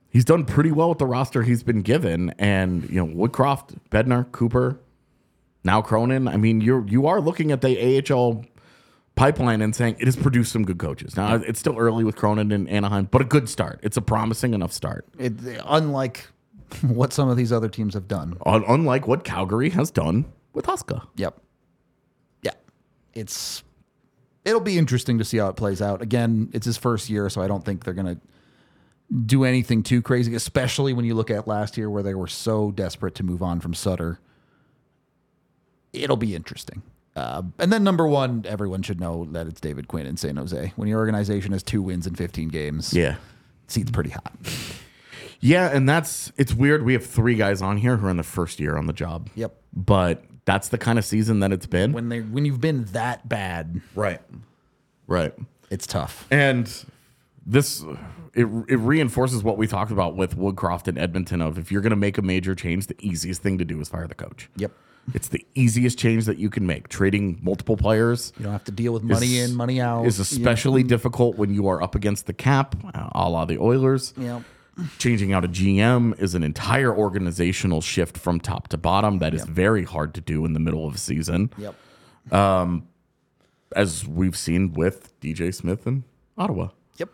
he's done pretty well with the roster he's been given. And you know, Woodcroft, Bednar, Cooper, now Cronin. I mean, you're you are looking at the AHL pipeline and saying it has produced some good coaches. Now it's still early with Cronin and Anaheim, but a good start. It's a promising enough start.
It, unlike what some of these other teams have done.
Un- Unlike what Calgary has done with Huska.
Yep. Yeah. It's it'll be interesting to see how it plays out. Again, it's his first year, so I don't think they're gonna do anything too crazy, especially when you look at last year where they were so desperate to move on from Sutter. It'll be interesting. Uh, and then number one, everyone should know that it's David Quinn in San Jose. When your organization has two wins in 15 games,
Yeah.
it seems pretty hot.
Yeah, and that's it's weird. We have three guys on here who are in the first year on the job.
Yep.
But that's the kind of season that it's been.
When they when you've been that bad,
right. Right.
it's tough.
And this it it reinforces what we talked about with Woodcroft and Edmonton of if you're going to make a major change, the easiest thing to do is fire the coach.
Yep.
It's the easiest change that you can make. Trading multiple players
You don't have to deal with money
is-
in, money out.
is especially difficult when you are up against the cap, uh, a la the Oilers.
Yep.
Changing out a GM is an entire organizational shift from top to bottom that is very hard to do in the middle of a season,
Yep.
as we've seen with DJ Smith and Ottawa.
Yep.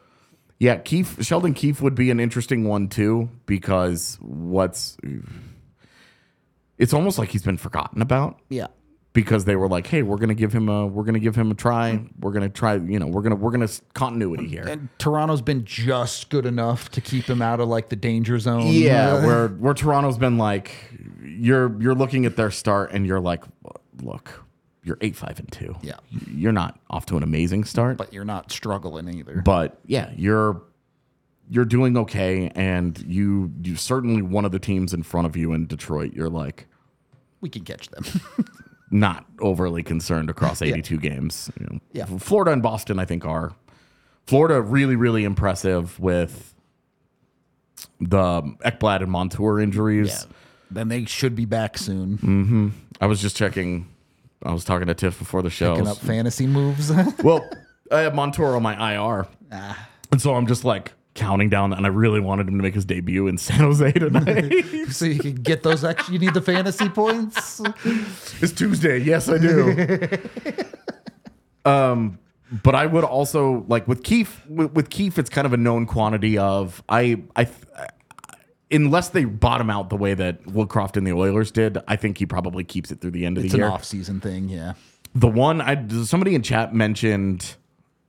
Yeah, Keefe Sheldon Keefe would be an interesting one too because what's it's almost like he's been forgotten about
Yeah.
because they were like, "Hey, we're going to give him a we're going to give him a try. We're going to try, you know, we're going to we're going to continuity here."
And Toronto's been just good enough to keep him out of like the danger zone.
yeah, Um, where where Toronto's been like you're you're looking at their start and you're like, "Look, you're 8-5 and 2."
Yeah.
You're not off to an amazing start.
but you're not struggling either.
but yeah, you're you're doing okay, and you you certainly one of the teams in front of you in Detroit. You're like
we can catch them.
not overly concerned across 82 games. you know.
Yeah.
Florida and Boston, I think, are Florida really really impressive with the um, Ekblad and Montour injuries.
then they should be back soon,
I was just checking. I was talking to Tiff before the show.
picking up fantasy moves.
Well, I have Montour on my IR.
Ah.
And so I'm just like counting down, and I really wanted him to make his debut in San Jose tonight.
so you can get those extra. You need the fantasy points.
It's Tuesday. Yes, I do. um, but I would also like with Keefe. With, with Keefe, it's kind of a known quantity of I I. Unless they bottom out the way that Woodcroft and the Oilers did, I think he probably keeps it through the end of
It's
the
an
year.
off-season thing. Yeah.
The one I somebody in chat mentioned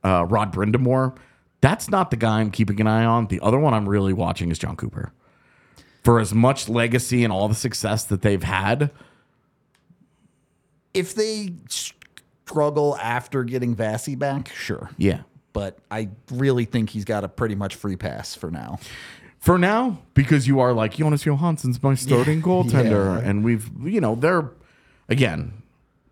uh, Rod Brindamore. That's not the guy I'm keeping an eye on. The other one I'm really watching is John Cooper. For as much legacy and all the success that they've had,
If they struggle after getting Vassy back, sure.
yeah,
But I really think he's got a pretty much free pass for now.
for now because you are like Jonas Johansson's my starting goaltender, and we've you know they're again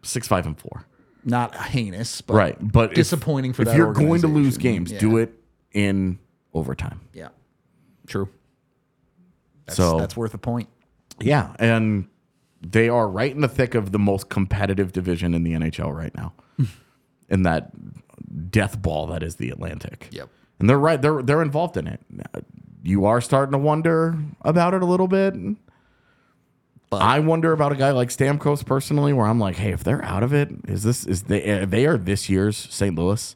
six five and four.
Not heinous, but
Right. But if-
disappointing for
if
that
you're going to lose
organization.
games, do it in overtime.
Yeah, true. That's,
so
that's worth a point.
yeah, and they are right in the thick of the most competitive division in the NHL right now, in that death ball that is the Atlantic.
Yep.
and they're right. They're they're involved in it. You are starting to wonder about it a little bit.
But-
I wonder about a guy like Stamkos personally, where I'm like, hey, if they're out of it, is this is they eh, they are this year's St. Louis,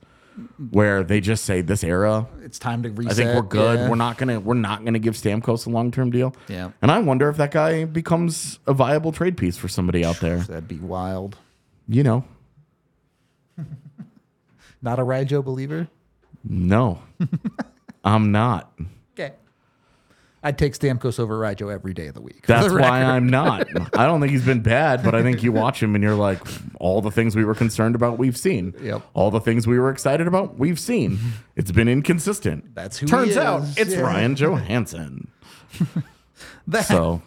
where they just say this era
It's time to reset.
I think we're good.
yeah.
We're not gonna we're not gonna give Stamkos a long term deal.
Yeah.
And I wonder if that guy becomes a viable trade piece for somebody out there.
That'd be wild.
You know,
Not a Rijo believer.
no, I'm not.
Okay. I'd take Stamkos over Rijo every day of the week.
That's
For the
why
record.
I'm not. I don't think he's been bad, but I think you watch him and you're like, all the things we were concerned about, we've seen.
Yep.
All the things we were excited about, we've seen. It's been inconsistent.
That's who he
Turns out
is.
it's
Yeah.
Ryan Johansson.
That,
So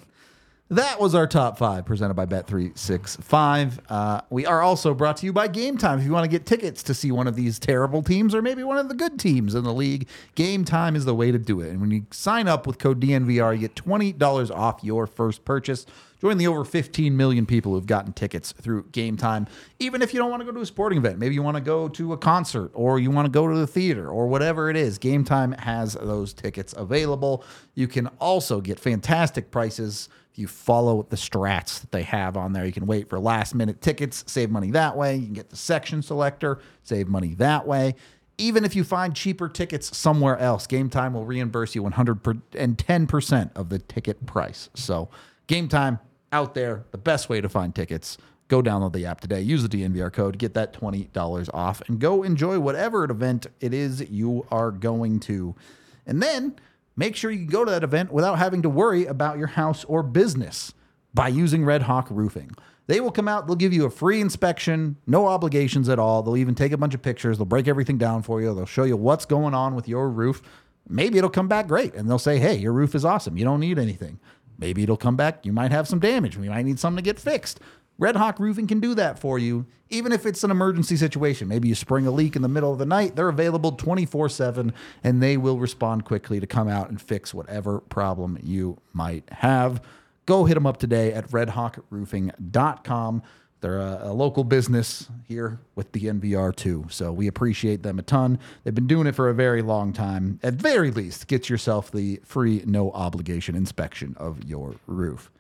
that was our top five presented by Bet365. Uh, we are also brought to you by Game Time. If you want to get tickets to see one of these terrible teams or maybe one of the good teams in the league, Game Time is the way to do it. And when you sign up with code DNVR, you get $20 off your first purchase. Join the over 15 million people who've gotten tickets through Game Time. Even if you don't want to go to a sporting event, maybe you want to go to a concert or you want to go to the theater or whatever it is, Game Time has those tickets available. You can also get fantastic prices if you follow the strats that they have on there. You can wait for last minute tickets, save money that way. You can get the section selector, save money that way. Even if you find cheaper tickets somewhere else, Game Time will reimburse you 110% of the ticket price. So, Game Time out there, the best way to find tickets. Go download the app today. Use the DNVR code, get that $20 off, and go enjoy whatever event it is you are going to. And then make sure you can go to that event without having to worry about your house or business by using Red Hawk Roofing. They will come out, they'll give you a free inspection, no obligations at all. They'll even take a bunch of pictures, they'll break everything down for you, they'll show you what's going on with your roof. Maybe it'll come back great and they'll say, hey, your roof is awesome, you don't need anything. Maybe it'll come back, you might have some damage, we might need something to get fixed. Red Hawk Roofing can do that for you, even if it's an emergency situation. Maybe you spring a leak in the middle of the night, they're available 24 7 and they will respond quickly to come out and fix whatever problem you might have. Go hit them up today at redhawkroofing.com. They're a, a local business here with the NVR too, so we appreciate them a ton. They've been doing it for a very long time. At very least, get yourself the free no obligation inspection of your roof.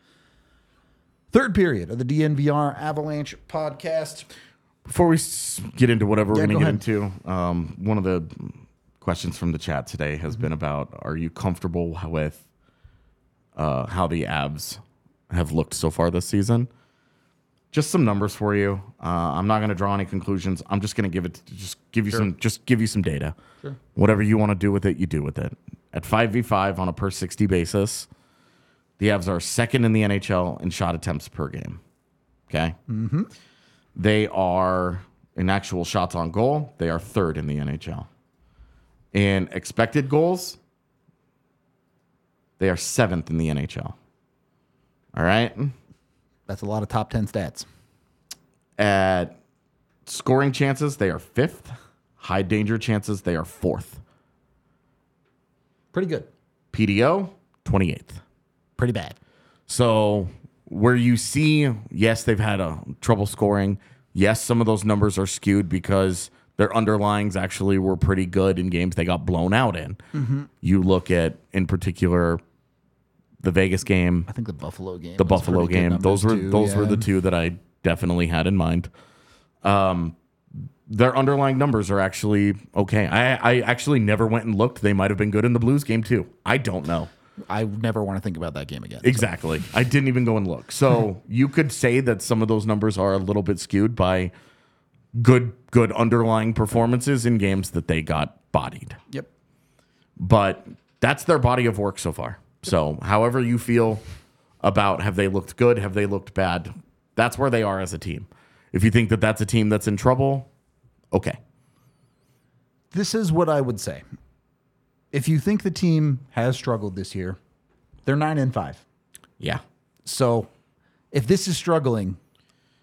Third period of the DNVR Avalanche podcast.
before we s- get into whatever
Yeah,
we're
go
going to get into, um, one of the questions from the chat today
Mm-hmm.
has been about: Are you comfortable with uh, how the Abs have looked so far this season? Just some numbers for you. Uh, I'm not going to draw any conclusions. I'm just going to give it, just give you some, just give you some data. Whatever you want to do with it, you do with it. At five v five on a per sixty basis, the Avs are second in the NHL in shot attempts per game. Okay. They are in actual shots on goal. They are third in the NHL. In expected goals, they are seventh in the NHL. All right.
That's a lot of top 10 stats.
At scoring chances, they are fifth. High danger chances, they are fourth.
Pretty good.
PDO, 28th.
Pretty bad.
So where you see, yes, they've had a trouble scoring. Yes, some of those numbers are skewed because their underlyings actually were pretty good in games they got blown out in.
Mm-hmm.
You look at, in particular, the Vegas game,
I think the Buffalo game.
the Buffalo game. Those were those were the two that I definitely had in mind. Um, their underlying numbers are actually okay. I, I actually never went and looked. They might have been good in the Blues game too. I don't know.
I never want to think about that game again.
Exactly. I didn't even go and look. So you could say that some of those numbers are a little bit skewed by good good underlying performances in games that they got bodied.
Yep.
But that's their body of work so far. So however you feel about have they looked good, have they looked bad, that's where they are as a team. If you think that that's a team that's in trouble, okay.
This is what I would say. If you think the team has struggled this year, they're 9 and 5.
Yeah.
So if this is struggling,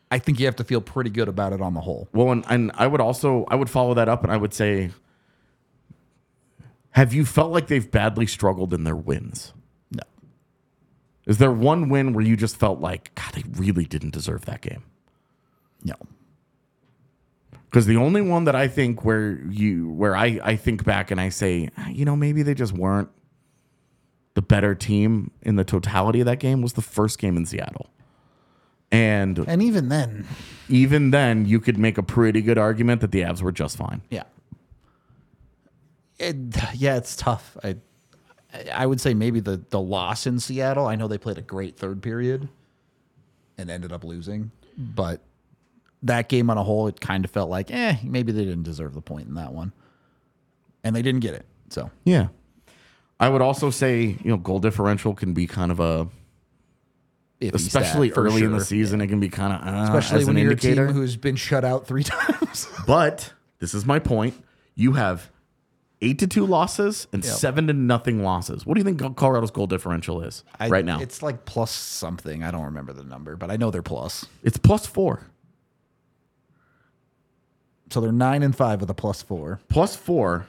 I think you have to feel pretty good about it on the whole.
Well, and, and I would also I would follow that up and I would say, have you felt like they've badly struggled in their wins?
No.
Is there one win where you just felt like, God, they really didn't deserve that game?
No.
Because the only one that I think where you where I, I think back and I say, "Ah, you know, maybe they just weren't the better team in the totality of that game was the first game in Seattle. And
And even then,
even then, you could make a pretty good argument that the Avs were just fine.
yeah. It, yeah, it's tough. I I- I would say maybe the the loss in Seattle. I know they played a great third period and ended up losing, but that game on a whole, it kind of felt like, eh, maybe they didn't deserve the point in that one, and they didn't get it. So
Yeah. I would also say, you know, goal differential can be kind of a,
iffy stat
especially
for
early in the
sure.
season, it can be kind of, uh,
especially
as
when
an
you're
indicator.
a team who's been shut out three times.
but this is my point. You have eight to two losses and
Yep.
seven to nothing losses. What do you think Colorado's goal differential is
I-
right now? It's,
it's like plus something. I don't remember the number, but I know they're plus.
plus four.
So they're nine and five with a plus four.
Plus four.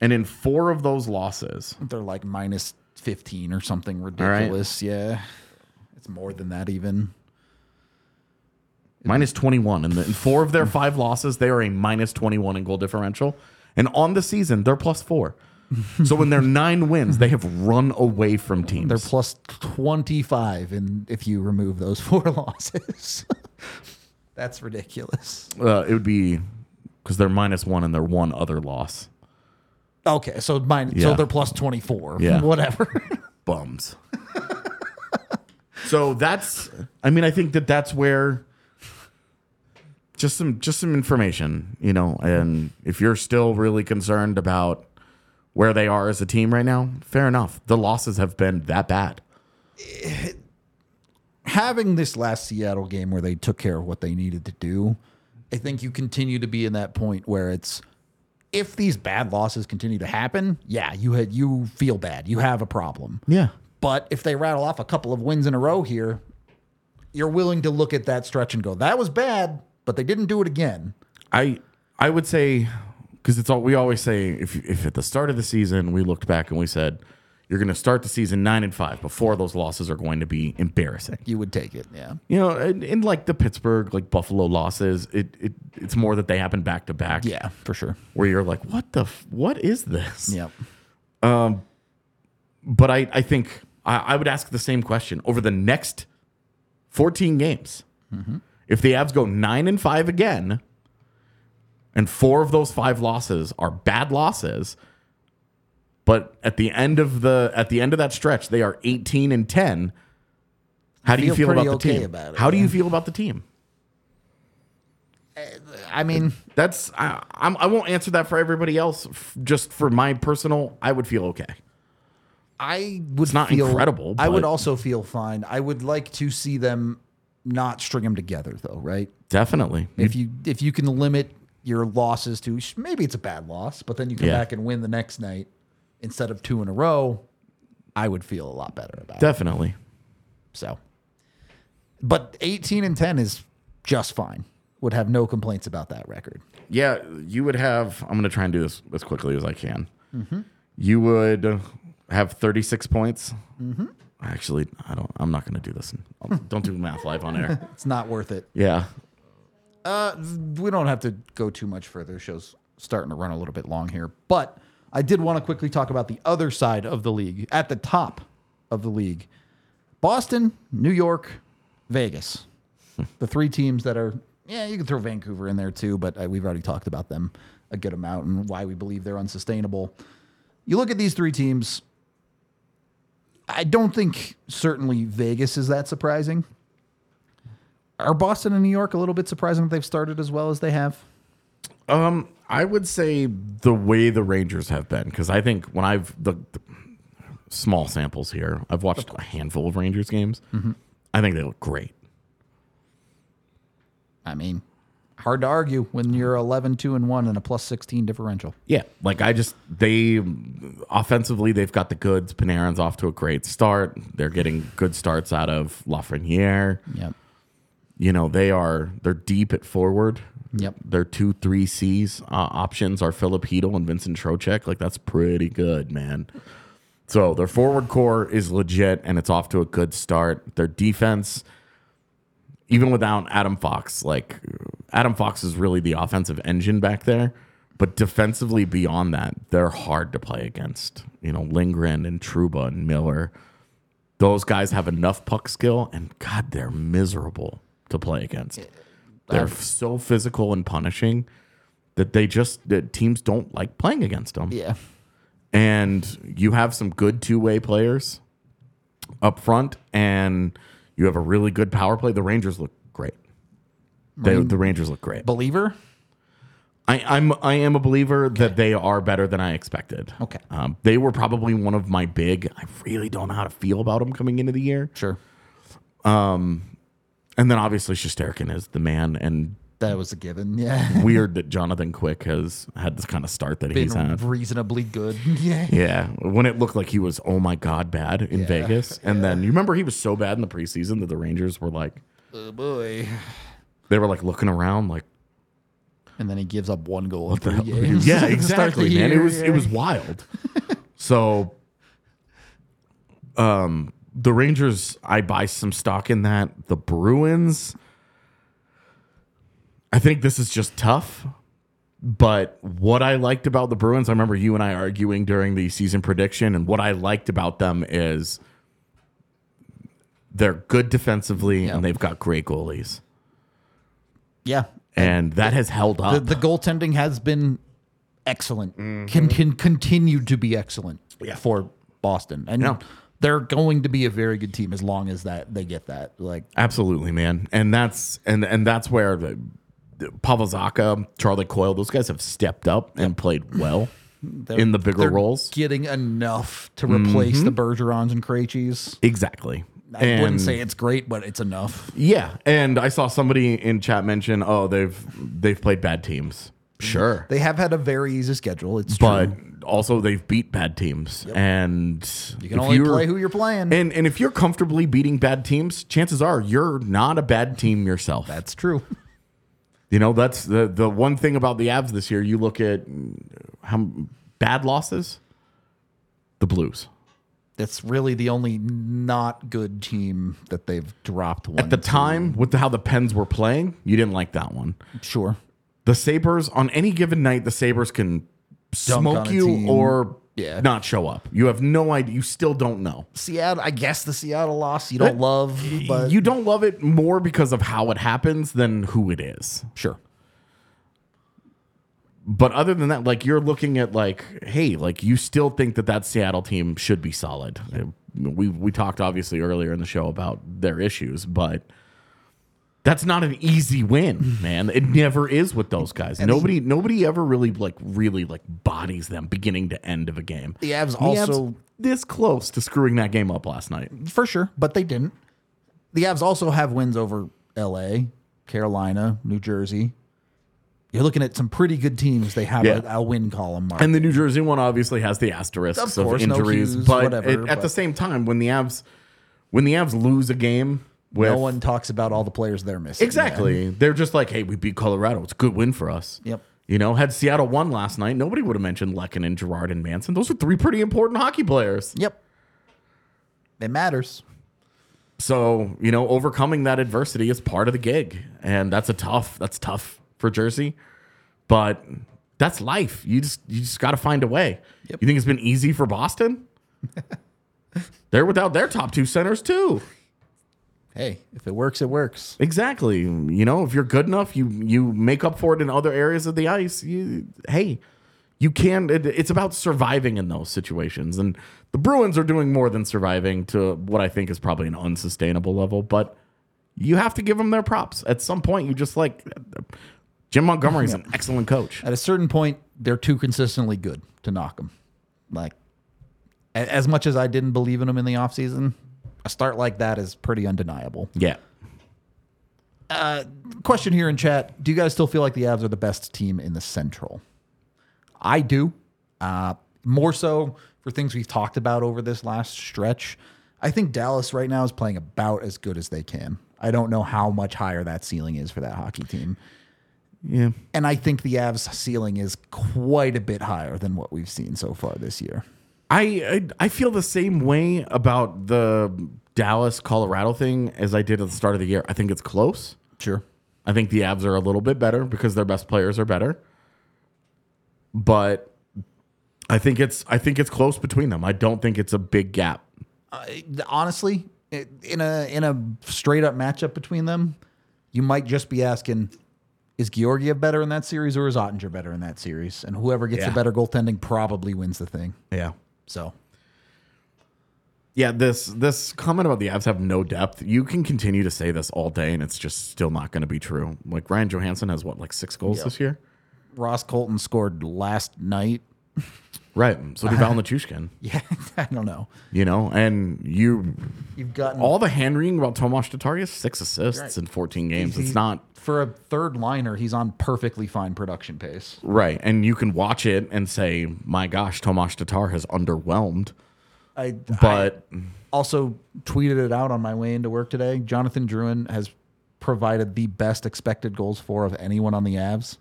And in four of those losses,
They're like minus fifteen or something
right.
ridiculous. Yeah, it's more than that even.
minus 21. And in four of their five losses, they are a minus 21 in goal differential. And on the season, they're plus four. so in their nine wins, they have run away from teams.
They're plus twenty five, and if you remove those four losses, that's ridiculous.
uh, it would be because they're minus one and they're one other loss.
Okay, so mine.
Yeah.
So they're plus twenty four.
Yeah.
whatever.
Bums. so that's. I mean, I think that that's where. Just some, just some information, you know. And if you're still really concerned about where they are as a team right now, fair enough. The losses have been that bad.
having this last Seattle game where they took care of what they needed to do, I think you continue to be in that point where it's if these bad losses continue to happen, yeah, you had you feel bad. You have a problem.
Yeah.
But if they rattle off a couple of wins in a row here, you're willing to look at that stretch and go, that was bad, but they didn't do it again.
I I would say because it's all we always say if if at the start of the season we looked back and we said you're going to start the season nine and five before those losses are going to be embarrassing.
You would take it. Yeah.
You know, and, and like the Pittsburgh like Buffalo losses, it, it it's more that they happen back to back.
Yeah, for sure.
where you're like, what the f- what is this?
Yep.
but I I think I, I would ask the same question over the next fourteen games. If the Avs go nine and five again, and four of those five losses are bad losses, but at the end of the at the end of that stretch, they are eighteen and ten. How do you
Feel
feel
pretty
about the
okay
team?
about it,
How do you
yeah.
feel about the team?
I mean,
That's I, I'm, I won't answer that for everybody else. F- just for my personal, I would feel okay.
I would
It's not
feel,
incredible,
I would
but-
also feel fine. I would like to see them not string them together, though, right?
Definitely.
If you if you can limit your losses to sh- maybe it's a bad loss, but then you come
Yeah.
back and win the next night instead of two in a row, I would feel a lot better about it.
Definitely.
So, but eighteen and ten is just fine. Would have no complaints about that record.
Yeah, you would have. I'm going to try and do this as quickly as I can. You would have 36 points. Actually, I don't. I'm not going to do this. don't do math live on air.
It's not worth it.
Yeah,
we don't have to go too much further. The show's starting to run a little bit long here, but I did want to quickly talk about the other side of the league, at the top of the league. Boston, New York, Vegas. the three teams that are yeah, you can throw Vancouver in there too, but uh, we've already talked about them a good amount and why we believe they're unsustainable. You look at these three teams, I don't think certainly Vegas is that surprising. Are Boston and New York a little bit surprising that they've started as well as they have?
Um, I would say the way the Rangers have been because I think when I've the, the small samples here, I've watched a handful of Rangers games. I think they look great.
I mean, hard to argue when you're 11, 2, and 1 and a plus 16 differential.
Yeah, like I just they offensively they've got the goods. Panarin's off to a great start. They're getting good starts out of Lafreniere.
Yep.
you know they are they're deep at forward.
Yep.
Their two three C's uh, options are Philip Hedel and Vincent Trocek. Like that's pretty good, man. So their forward core is legit and it's off to a good start. Their defense, even without Adam Fox, like Adam Fox is really the offensive engine back there. But defensively, beyond that, they're hard to play against. You know, Lindgren and Truba and Miller, those guys have enough puck skill, and God, they're miserable to play against. They're so physical and punishing that they just that teams don't like playing against them
Yeah.
and you have some good two-way players up front and you have a really good power play the rangers look great they, the rangers look great
Believer?
I, i'm i am a believer that they are better than i expected
Okay.
um, they were probably one of my big i really don't know how to feel about them coming into the year
Sure.
and then obviously Shesterkin is the man and
That was a given. Yeah.
weird that jonathan quick has had this kind of start that he's
Been
had
reasonably good. Yeah.
Yeah, when it looked like he was oh my god bad in Vegas, and then you remember he was so bad in the preseason that the Rangers were like
Oh boy.
they were like looking around like
And then he gives up one goal in three games.
yeah
to start the
exactly man it
year,
was
yeah.
it was wild. so, um, the Rangers I buy some stock in that the Bruins. I think this is just tough. But what I liked about the Bruins, I remember you and I arguing during the season prediction, and what I liked about them is they're good defensively and they've got great goalies.
Yeah.
And that has held
The,
up. Mm-hmm.
the goaltending has been excellent. Can can continue to be excellent for Boston. And
Yeah.
they're going to be a very good team as long as that they get that. Like
Absolutely, man. And that's and and that's where the, the Pavel Zaka, Charlie Coyle, those guys have stepped up and played well in the bigger
they're
roles. Mm-hmm.
getting enough to replace the Bergerons and Krejcis.
Exactly.
I wouldn't say it's great, but it's enough.
Yeah, and I saw somebody in chat mention, "Oh, they've they've played bad teams." Sure.
They have had a very easy schedule. It's
but
Mm-hmm. true.
also they've beat bad teams and
You can
if
only
you're-
play who you're playing.
and and if you're comfortably beating bad teams chances are you're not a bad team yourself
That's true.
you know that's the the one thing about the abs this year you look at how m- bad losses the blues
That's really the only not good team that they've dropped one.
at the
to.
time with the, how the pens were playing you didn't like that one
sure.
the sabres on any given night the sabres can
on
smoke
a
you
team.
or
Yeah.
not show up you have no idea you still don't know
Seattle, I guess the Seattle loss you don't
That-
love, but
you don't love it more because of how it happens than who it is.
sure.
But other than that, like you're looking at like, hey, like you still think that that Seattle team should be solid. We we talked obviously earlier in the show about their issues, but that's not an easy win, man. It never is with those guys. nobody nobody ever really like really like bodies them beginning to end of a game.
The Avs
The Avs
also
this close to screwing that game up last night.
for sure, but they didn't. The Avs also have wins over L.A., Carolina, New Jersey. You're looking at some pretty good teams. They have
Yeah.
a, a win column mark.
And the New Jersey one obviously has the asterisks
Of
of,
course, no
injuries,
cues,
but
whatever,
it- at
but-
the same time, when the Avs when the Avs lose a game with
no one talks about all the players they're missing.
exactly, they're just like, hey, we beat Colorado. It's a good win for us.
Yep.
You know, had Seattle won last night, nobody would have mentioned Lekin and Gerard and Manson. Those are three pretty important hockey players.
Yep. It matters.
So you know, overcoming that adversity is part of the gig, and that's a tough. That's tough for Jersey, but that's life. You just you just got to find a way. You think it's been easy for Boston? They're without their top two centers too.
Hey, if it works, it works.
Exactly. You know, if you're good enough, you you make up for it in other areas of the ice. You, hey, you can. It, it's about surviving in those situations, and the Bruins are doing more than surviving to what I think is probably an unsustainable level. But you have to give them their props. At some point, you just like Jim Montgomery's an excellent coach.
At a certain point, they're too consistently good to knock them. Like, a- as much as I didn't believe in them in the offseason, a start like that is pretty undeniable.
Yeah.
Question here in chat Do you guys still feel like the Avs are the best team in the Central? I do. Uh, more so for things we've talked about over this last stretch. I think Dallas right now is playing about as good as they can. I don't know how much higher that ceiling is for that hockey team.
Yeah.
And I think the Avs ceiling is quite a bit higher than what we've seen so far this year.
I, I I feel the same way about the Dallas Colorado thing as I did at the start of the year. I think it's close.
Sure.
I think the Avs are a little bit better because their best players are better. But I think it's I think it's close between them. I don't think it's a big gap.
honestly, i- in a in a straight up matchup between them, you might just be asking, is Georgiev better in that series or is Ottinger better in that series? And whoever gets
Yeah.
the better goaltending probably wins the thing.
Yeah.
So
Yeah, this this comment about the Avs have no depth. You can continue to say this all day and it's just still not going to be true. Like Ryan Johansson has what like 6 goals this year?
Ross Colton scored last night.
Right. So did Val Nichushkin,
Yeah, I don't know.
you know, and you
You've gotten
all the hand wringing about Tomas Tatar is six assists in 14 games. It's not
for a third liner. He's on perfectly fine production pace.
right. And you can watch it and say, my gosh, Tomas Tatar has underwhelmed.
I
But
also tweeted it out on my way into work today. Jonathan Druin has provided the best expected goals for of anyone on the Avs.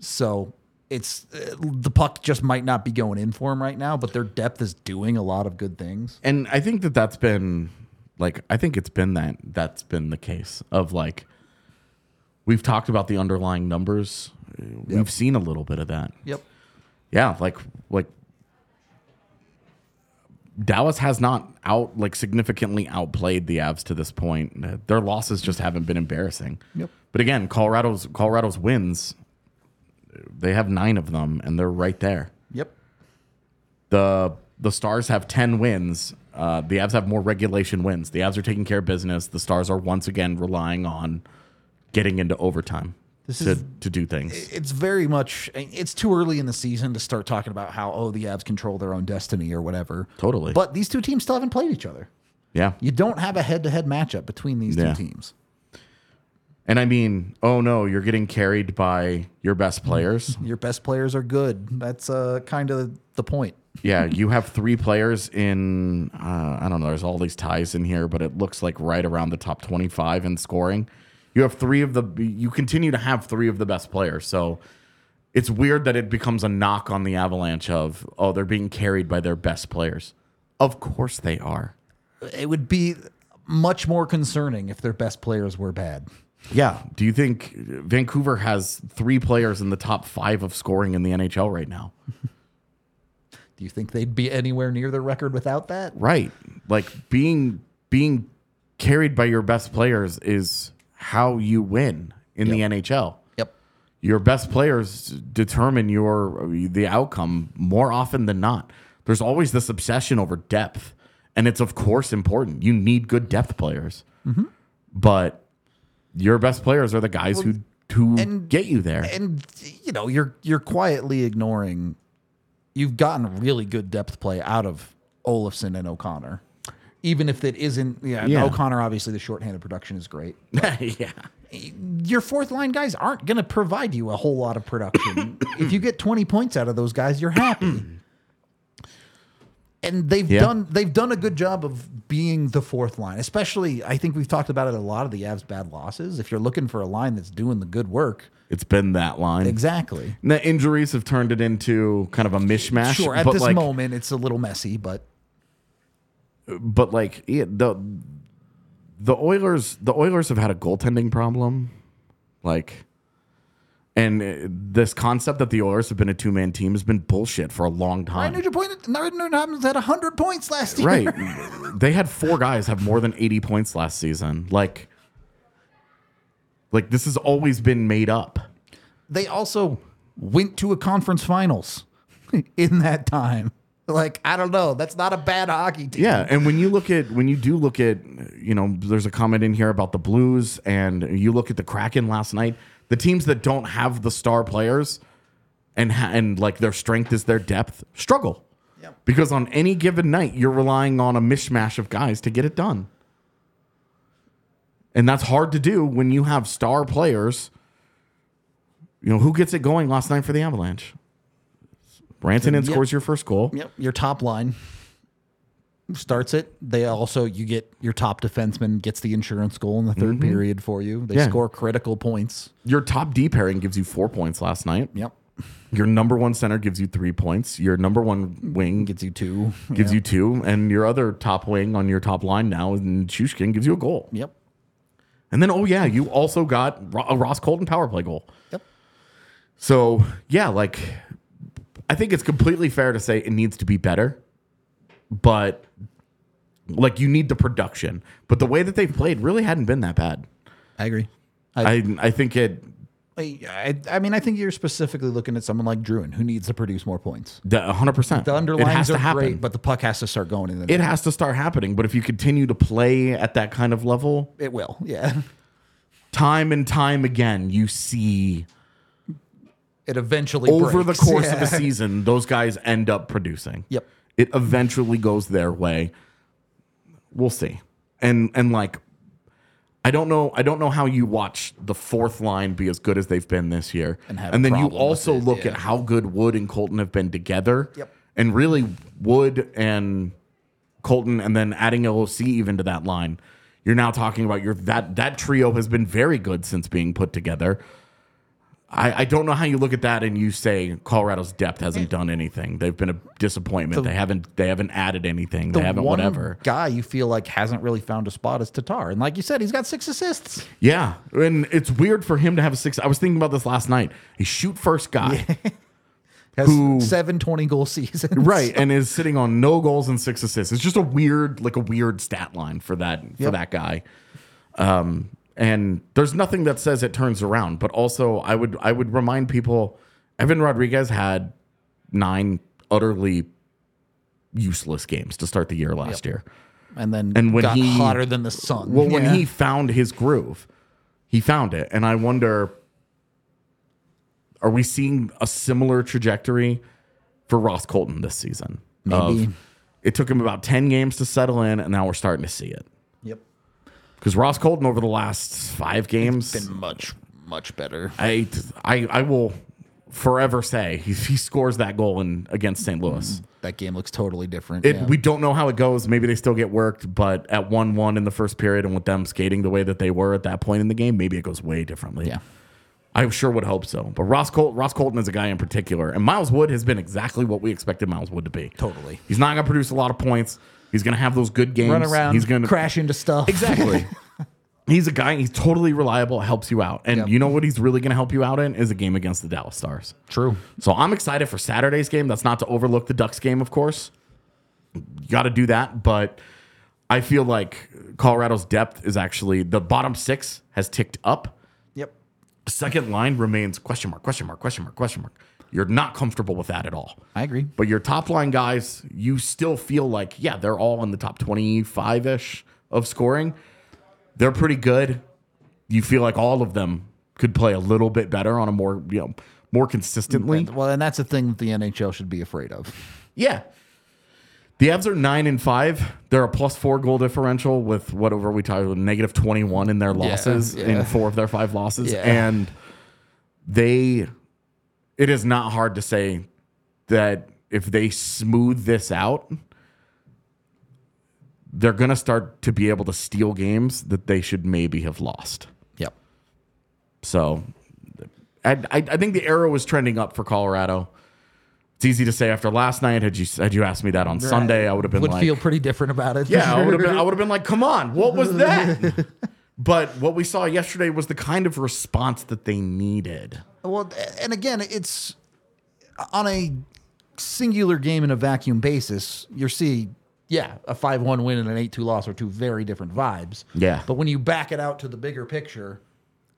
So it's uh, the puck just might not be going in for him right now, but their depth is doing a lot of good things.
and I think that that's been like I think it's been that that's been the case of like we've talked about the underlying numbers. We've seen a little bit of that.
Yep.
Yeah, like like Dallas has not out like significantly outplayed the Avs to this point. Uh, Their losses just haven't been embarrassing.
Yep.
But again, Colorado's Colorado's wins they have 9 of them and they're right there.
Yep.
The the Stars have 10 wins. Uh, the Avs have more regulation wins. The Avs are taking care of business. The Stars are once again relying on getting into overtime
This
to,
is-
to do things.
It's very much it's too early in the season to start talking about how oh the Avs control their own destiny or whatever.
Totally.
But these two teams still haven't played each other.
Yeah.
You don't have a head-to-head matchup between these
Yeah.
two teams.
And I mean, oh no, you're getting carried by your best players.
Your best players are good. That's uh, kind of the point.
yeah, you have three players in, uh, I don't know, there's all these ties in here, but it looks like right around the top 25 in scoring. You have three of the, you continue to have three of the best players. So it's weird that it becomes a knock on the Avalanche of, oh, they're being carried by their best players. Of course they are.
it would be much more concerning if their best players were bad.
Yeah. Do you think Vancouver has three players in the top five of scoring in the NHL right now?
Do you think they'd be anywhere near their record without that?
Right. Like being being carried by your best players is how you win in the NHL.
Yep.
Your best players determine your the outcome more often than not. There's always this obsession over depth, and it's of course important. You need good depth players,
Mm-hmm.
but your best players are the guys who who get you there.
And you know, you're you're quietly ignoring you've gotten really good depth play out of Olafson and O'Connor. Even if it isn't yeah,
Yeah.
O'Connor obviously the shorthanded production is great.
yeah,
Your fourth line guys aren't going to provide you a whole lot of production. if you get 20 points out of those guys, you're happy. and they've
Yeah.
done they've done a good job of being the fourth line. Especially I think we've talked about it a lot of the Avs bad losses. If you're looking for a line that's doing the good work,
it's been that line.
exactly.
And The injuries have turned it into kind of a mishmash.
Sure, at
but
this
like,
moment it's a little messy, but
but like yeah, the the Oilers the Oilers have had a goaltending problem, like, and uh, this concept that the Oilers have been a two man team has been bullshit for a long
Ryan
time.
Nugent Point Ryan Nugent Hopkins had 100 points last year.
Right, they had four guys have more than eighty points last season. Like, like this has always been made up.
They also went to a conference finals in that time. Like, I don't know. That's not a bad hockey team.
Yeah, and when you look at when you do look at you know, there's a comment in here about the Blues, and you look at the Kraken last night. The teams that don't have the star players and ha- and like their strength is their depth struggle. Because on any given night, you're relying on a mishmash of guys to get it done. And that's hard to do when you have star players. You know, who gets it going last night for the Avalanche? Branton and
Yep.
scores your first goal.
Yep. Your top line. starts it. They also you get your top defenseman gets the insurance goal in the 3rd period for you. They
Mm-hmm. Yeah.
score critical points.
Your top D pairing gives you four points last night.
Yep.
Your number one center gives you three points. Your number one wing
Gets you two.
gives you two, and your other top wing on your top line now, and Shushkin gives you a goal.
Yep.
And then, oh yeah, you also got Ro- a Ross Colton power play goal.
Yep.
So yeah, like I think it's completely fair to say it needs to be better, but like you need the production. But the way that they've played really hadn't been that bad.
I agree.
I I think it
I, I, I mean, I think you're specifically looking at someone like Druin, who needs to produce more points.
the 100%.
The underlines
it has
are
to happen.
great, but the puck has to start going in. The
it has to start happening, but if you continue to play at that kind of level,
it will. Yeah.
time and time again, you see
It eventually
over
breaks.
the course of
Yeah.
a season, those guys end up producing.
Yep.
It eventually goes their way. We'll see. And and like I don't know I don't know how you watch the fourth line be as good as they've been this year.
And have a
then you
problem with
also
it,
look
yeah.
at how good Wood and Colton have been together.
Yep.
And really Wood and Colton and then adding LOC even to that line. You're now talking about your that that trio has been very good since being put together. I, I don't know how you look at that and you say Colorado's depth hasn't done anything. They've been a disappointment. they haven't they haven't added anything. They
The
haven't
one
whatever.
guy you feel like hasn't really found a spot is Tatar, and like you said, he's got six assists.
Yeah, and it's weird for him to have a six. I was thinking about this last night. A shoot first guy,
Has
Who-
seven 20 goal seasons.
right, and is sitting on no goals and six assists. It's just a weird like a weird stat line for that for
Yep.
that guy. Um, and there's nothing that says it turns around. But also, I would I would remind people, Evan Rodriguez had nine utterly useless games to start the year last year.
And then
And when
got
he-
hotter than the sun.
Well, when
Yeah.
he found his groove, he found it. And I wonder are we seeing a similar trajectory for Ross Colton this season?
Maybe.
it took him about 10 games to settle in, and now we're starting to see it.
Yep.
Because Ross Colton, over the last five games,
Been much, much better.
I, I, I will forever say he, he scores that goal in against St. Louis.
That game looks totally different.
It,
yeah.
We don't know how it goes. Maybe they still get worked, but at 1 1 in the first period and with them skating the way that they were at that point in the game, maybe it goes way differently.
yeah.
I sure would hope so. But Ross, Col- Ross Colton is a guy in particular. And Miles Wood has been exactly what we expected Miles Wood to be.
Totally.
He's not going to produce a lot of points. He's going to have those good games.
Run around.
He's going to
crash into stuff.
Exactly. he's a guy. He's totally reliable. Helps you out. And
Yep.
you know what he's really going to help you out in is a game against the Dallas Stars.
True.
So I'm excited for Saturday's game. That's not to overlook the Ducks game, of course. You got to do that, but I feel like Colorado's depth is actually the bottom six has ticked up.
Yep.
Second line remains question mark, question mark, question mark, question mark. You're not comfortable with that at all.
I agree.
But your top line guys, you still feel like, yeah, they're all in the top 25 ish of scoring. They're pretty good. You feel like all of them could play a little bit better on a more, you know, more consistently.
And- well, and that's a thing that the NHL should be afraid of.
Yeah. The Avs are nine and five. They're a plus four goal differential with whatever we talked about, negative 21 in their losses,
yeah.
in four of their five losses.
Yeah.
And they, it is not hard to say that if they smooth this out, they're going to start to be able to steal games that they should maybe have lost.
Yep.
So I, I, I think the arrow is trending up for Colorado. It's easy to say after last night. Had you had you asked me that on Sunday, I would have been
Would
like,
feel pretty different about it.
yeah, I would have been, I would have been like, come on, what was that? but what we saw yesterday was the kind of response that they needed.
Well, and again, it's on a singular game in a vacuum basis. You're seeing, yeah, a five-one win and an eight-two loss are two very different vibes.
Yeah.
but when you back it out to the bigger picture,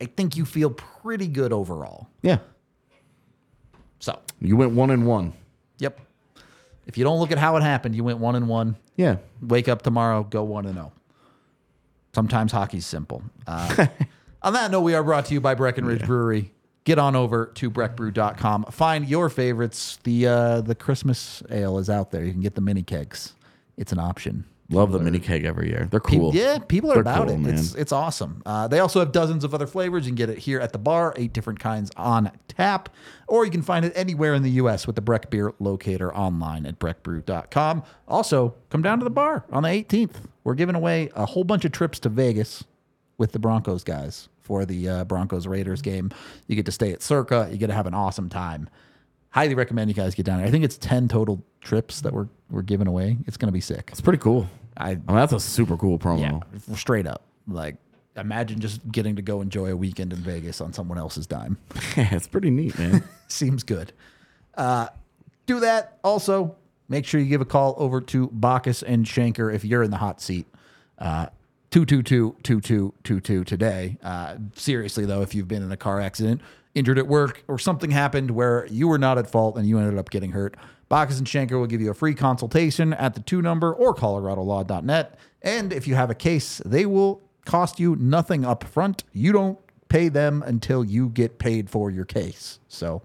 I think you feel pretty good overall.
Yeah,
So,
you went one and one.
yep. If you don't look at how it happened, you went one and one.
Yeah,
Wake up tomorrow, go one and zero. Sometimes hockey's simple. Uh, on that note, we are brought to you by Breckenridge Brewery. Get on over to breckbrew.com. Find your favorites. The uh, the Christmas ale is out there. You can get the mini kegs. It's an option.
Love the mini keg every year. They're cool.
Yeah, people are
They're
about
cool,
it.
man.
It's it's awesome. Uh, they also have dozens of other flavors. You can get it here at the bar, eight different kinds on tap, or you can find it anywhere in the U.S. with the Breck Beer Locator online at breckbrew.com. Also, come down to the bar on the 18th. We're giving away a whole bunch of trips to Vegas with the Broncos guys for the uh, Broncos Raiders game. You get to stay at Circa. You get to have an awesome time. Highly recommend you guys get down there. I think it's 10 total trips that we're, we're giving away. It's going to be sick.
It's pretty cool.
I-
I, mean, that's a super cool promo.
Yeah, straight up. Like, imagine just getting to go enjoy a weekend in Vegas on someone else's dime.
Yeah, it's pretty neat, man.
Seems good. Uh, do that. Also, make sure you give a call over to Bacchus and Shanker if you're in the hot seat. Uh, 222-2222 today. Uh, seriously, though, if you've been in a car accident, injured at work, or something happened where you were not at fault and you ended up getting hurt, Bacchus and Shanker will give you a free consultation at the two number or coloradolaw.net. And if you have a case, they will cost you nothing up front. You don't pay them until you get paid for your case. So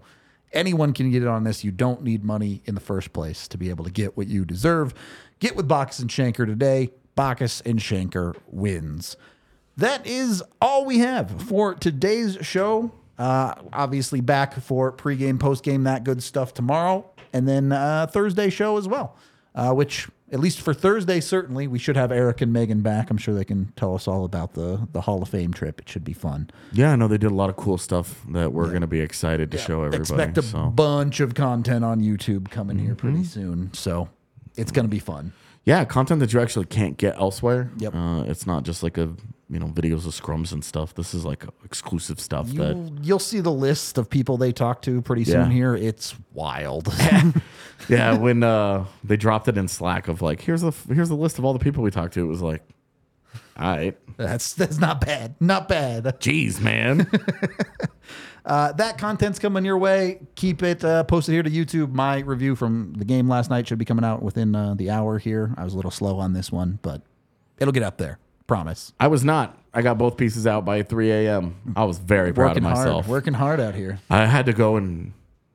anyone can get it on this. You don't need money in the first place to be able to get what you deserve. Get with Bacchus and Shanker today. Bacchus and Shanker wins. That is all we have for today's show. Uh, obviously, back for pregame, postgame, that good stuff tomorrow, and then uh, Thursday show as well. Uh, which, at least for Thursday, certainly we should have Eric and Megan back. I'm sure they can tell us all about the the Hall of Fame trip. It should be fun.
yeah, I know they did a lot of cool stuff that we're gonna be excited to show everybody.
Expect a
so. Mm-hmm.
bunch of content on YouTube coming here pretty soon. So it's going to be fun.
yeah, content that you actually can't get elsewhere.
Yep.
Uh, it's not just like a you know videos of scrums and stuff. This is like exclusive stuff that.
You'll, you'll see the list of people they talk to pretty soon
Yeah.
here. It's wild.
Yeah, when uh, they dropped it in Slack of like here's the here's the list of all the people we talked to. It was like, all right,
that's that's not bad. Not bad.
jeez, man.
Uh, that content's coming your way. Keep it uh, posted here to YouTube. My review from the game last night should be coming out within uh, the hour here. I was a little slow on this one, but it'll get up there. Promise.
I was not. I got both pieces out by 3 a.m. I was very proud
working
of myself.
hard. Working hard out here.
I had to go and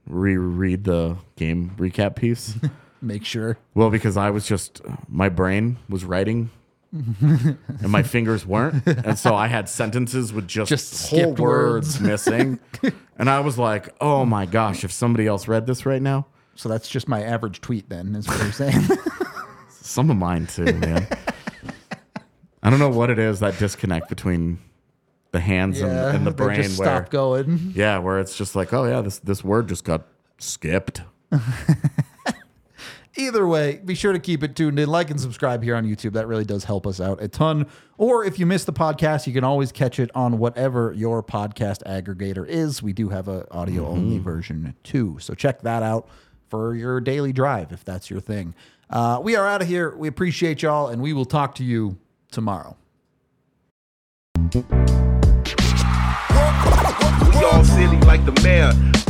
reread the game recap piece.
Make sure.
well, because I was just my brain was writing and my fingers weren't. And so I had sentences with just,
Just
whole
skipped words.
words missing. and I was like, "Oh my gosh, if somebody else read this right now,
So that's just my average tweet then, is what you're saying.
some of mine too, man." I don't know what it is that disconnect between the hands and, and the
they
brain
just
where
stop going.
Yeah, where it's just like, oh yeah, this this word just got skipped.
Either way, be sure to keep it tuned in, like and subscribe here on YouTube. That really does help us out a ton. Or if you miss the podcast, you can always catch it on whatever your podcast aggregator is. We do have a audio only version too, so check that out for your daily drive if that's your thing. Uh, we are out of here. We appreciate y'all, and we will talk to you tomorrow.
Y'all silly like the mayor.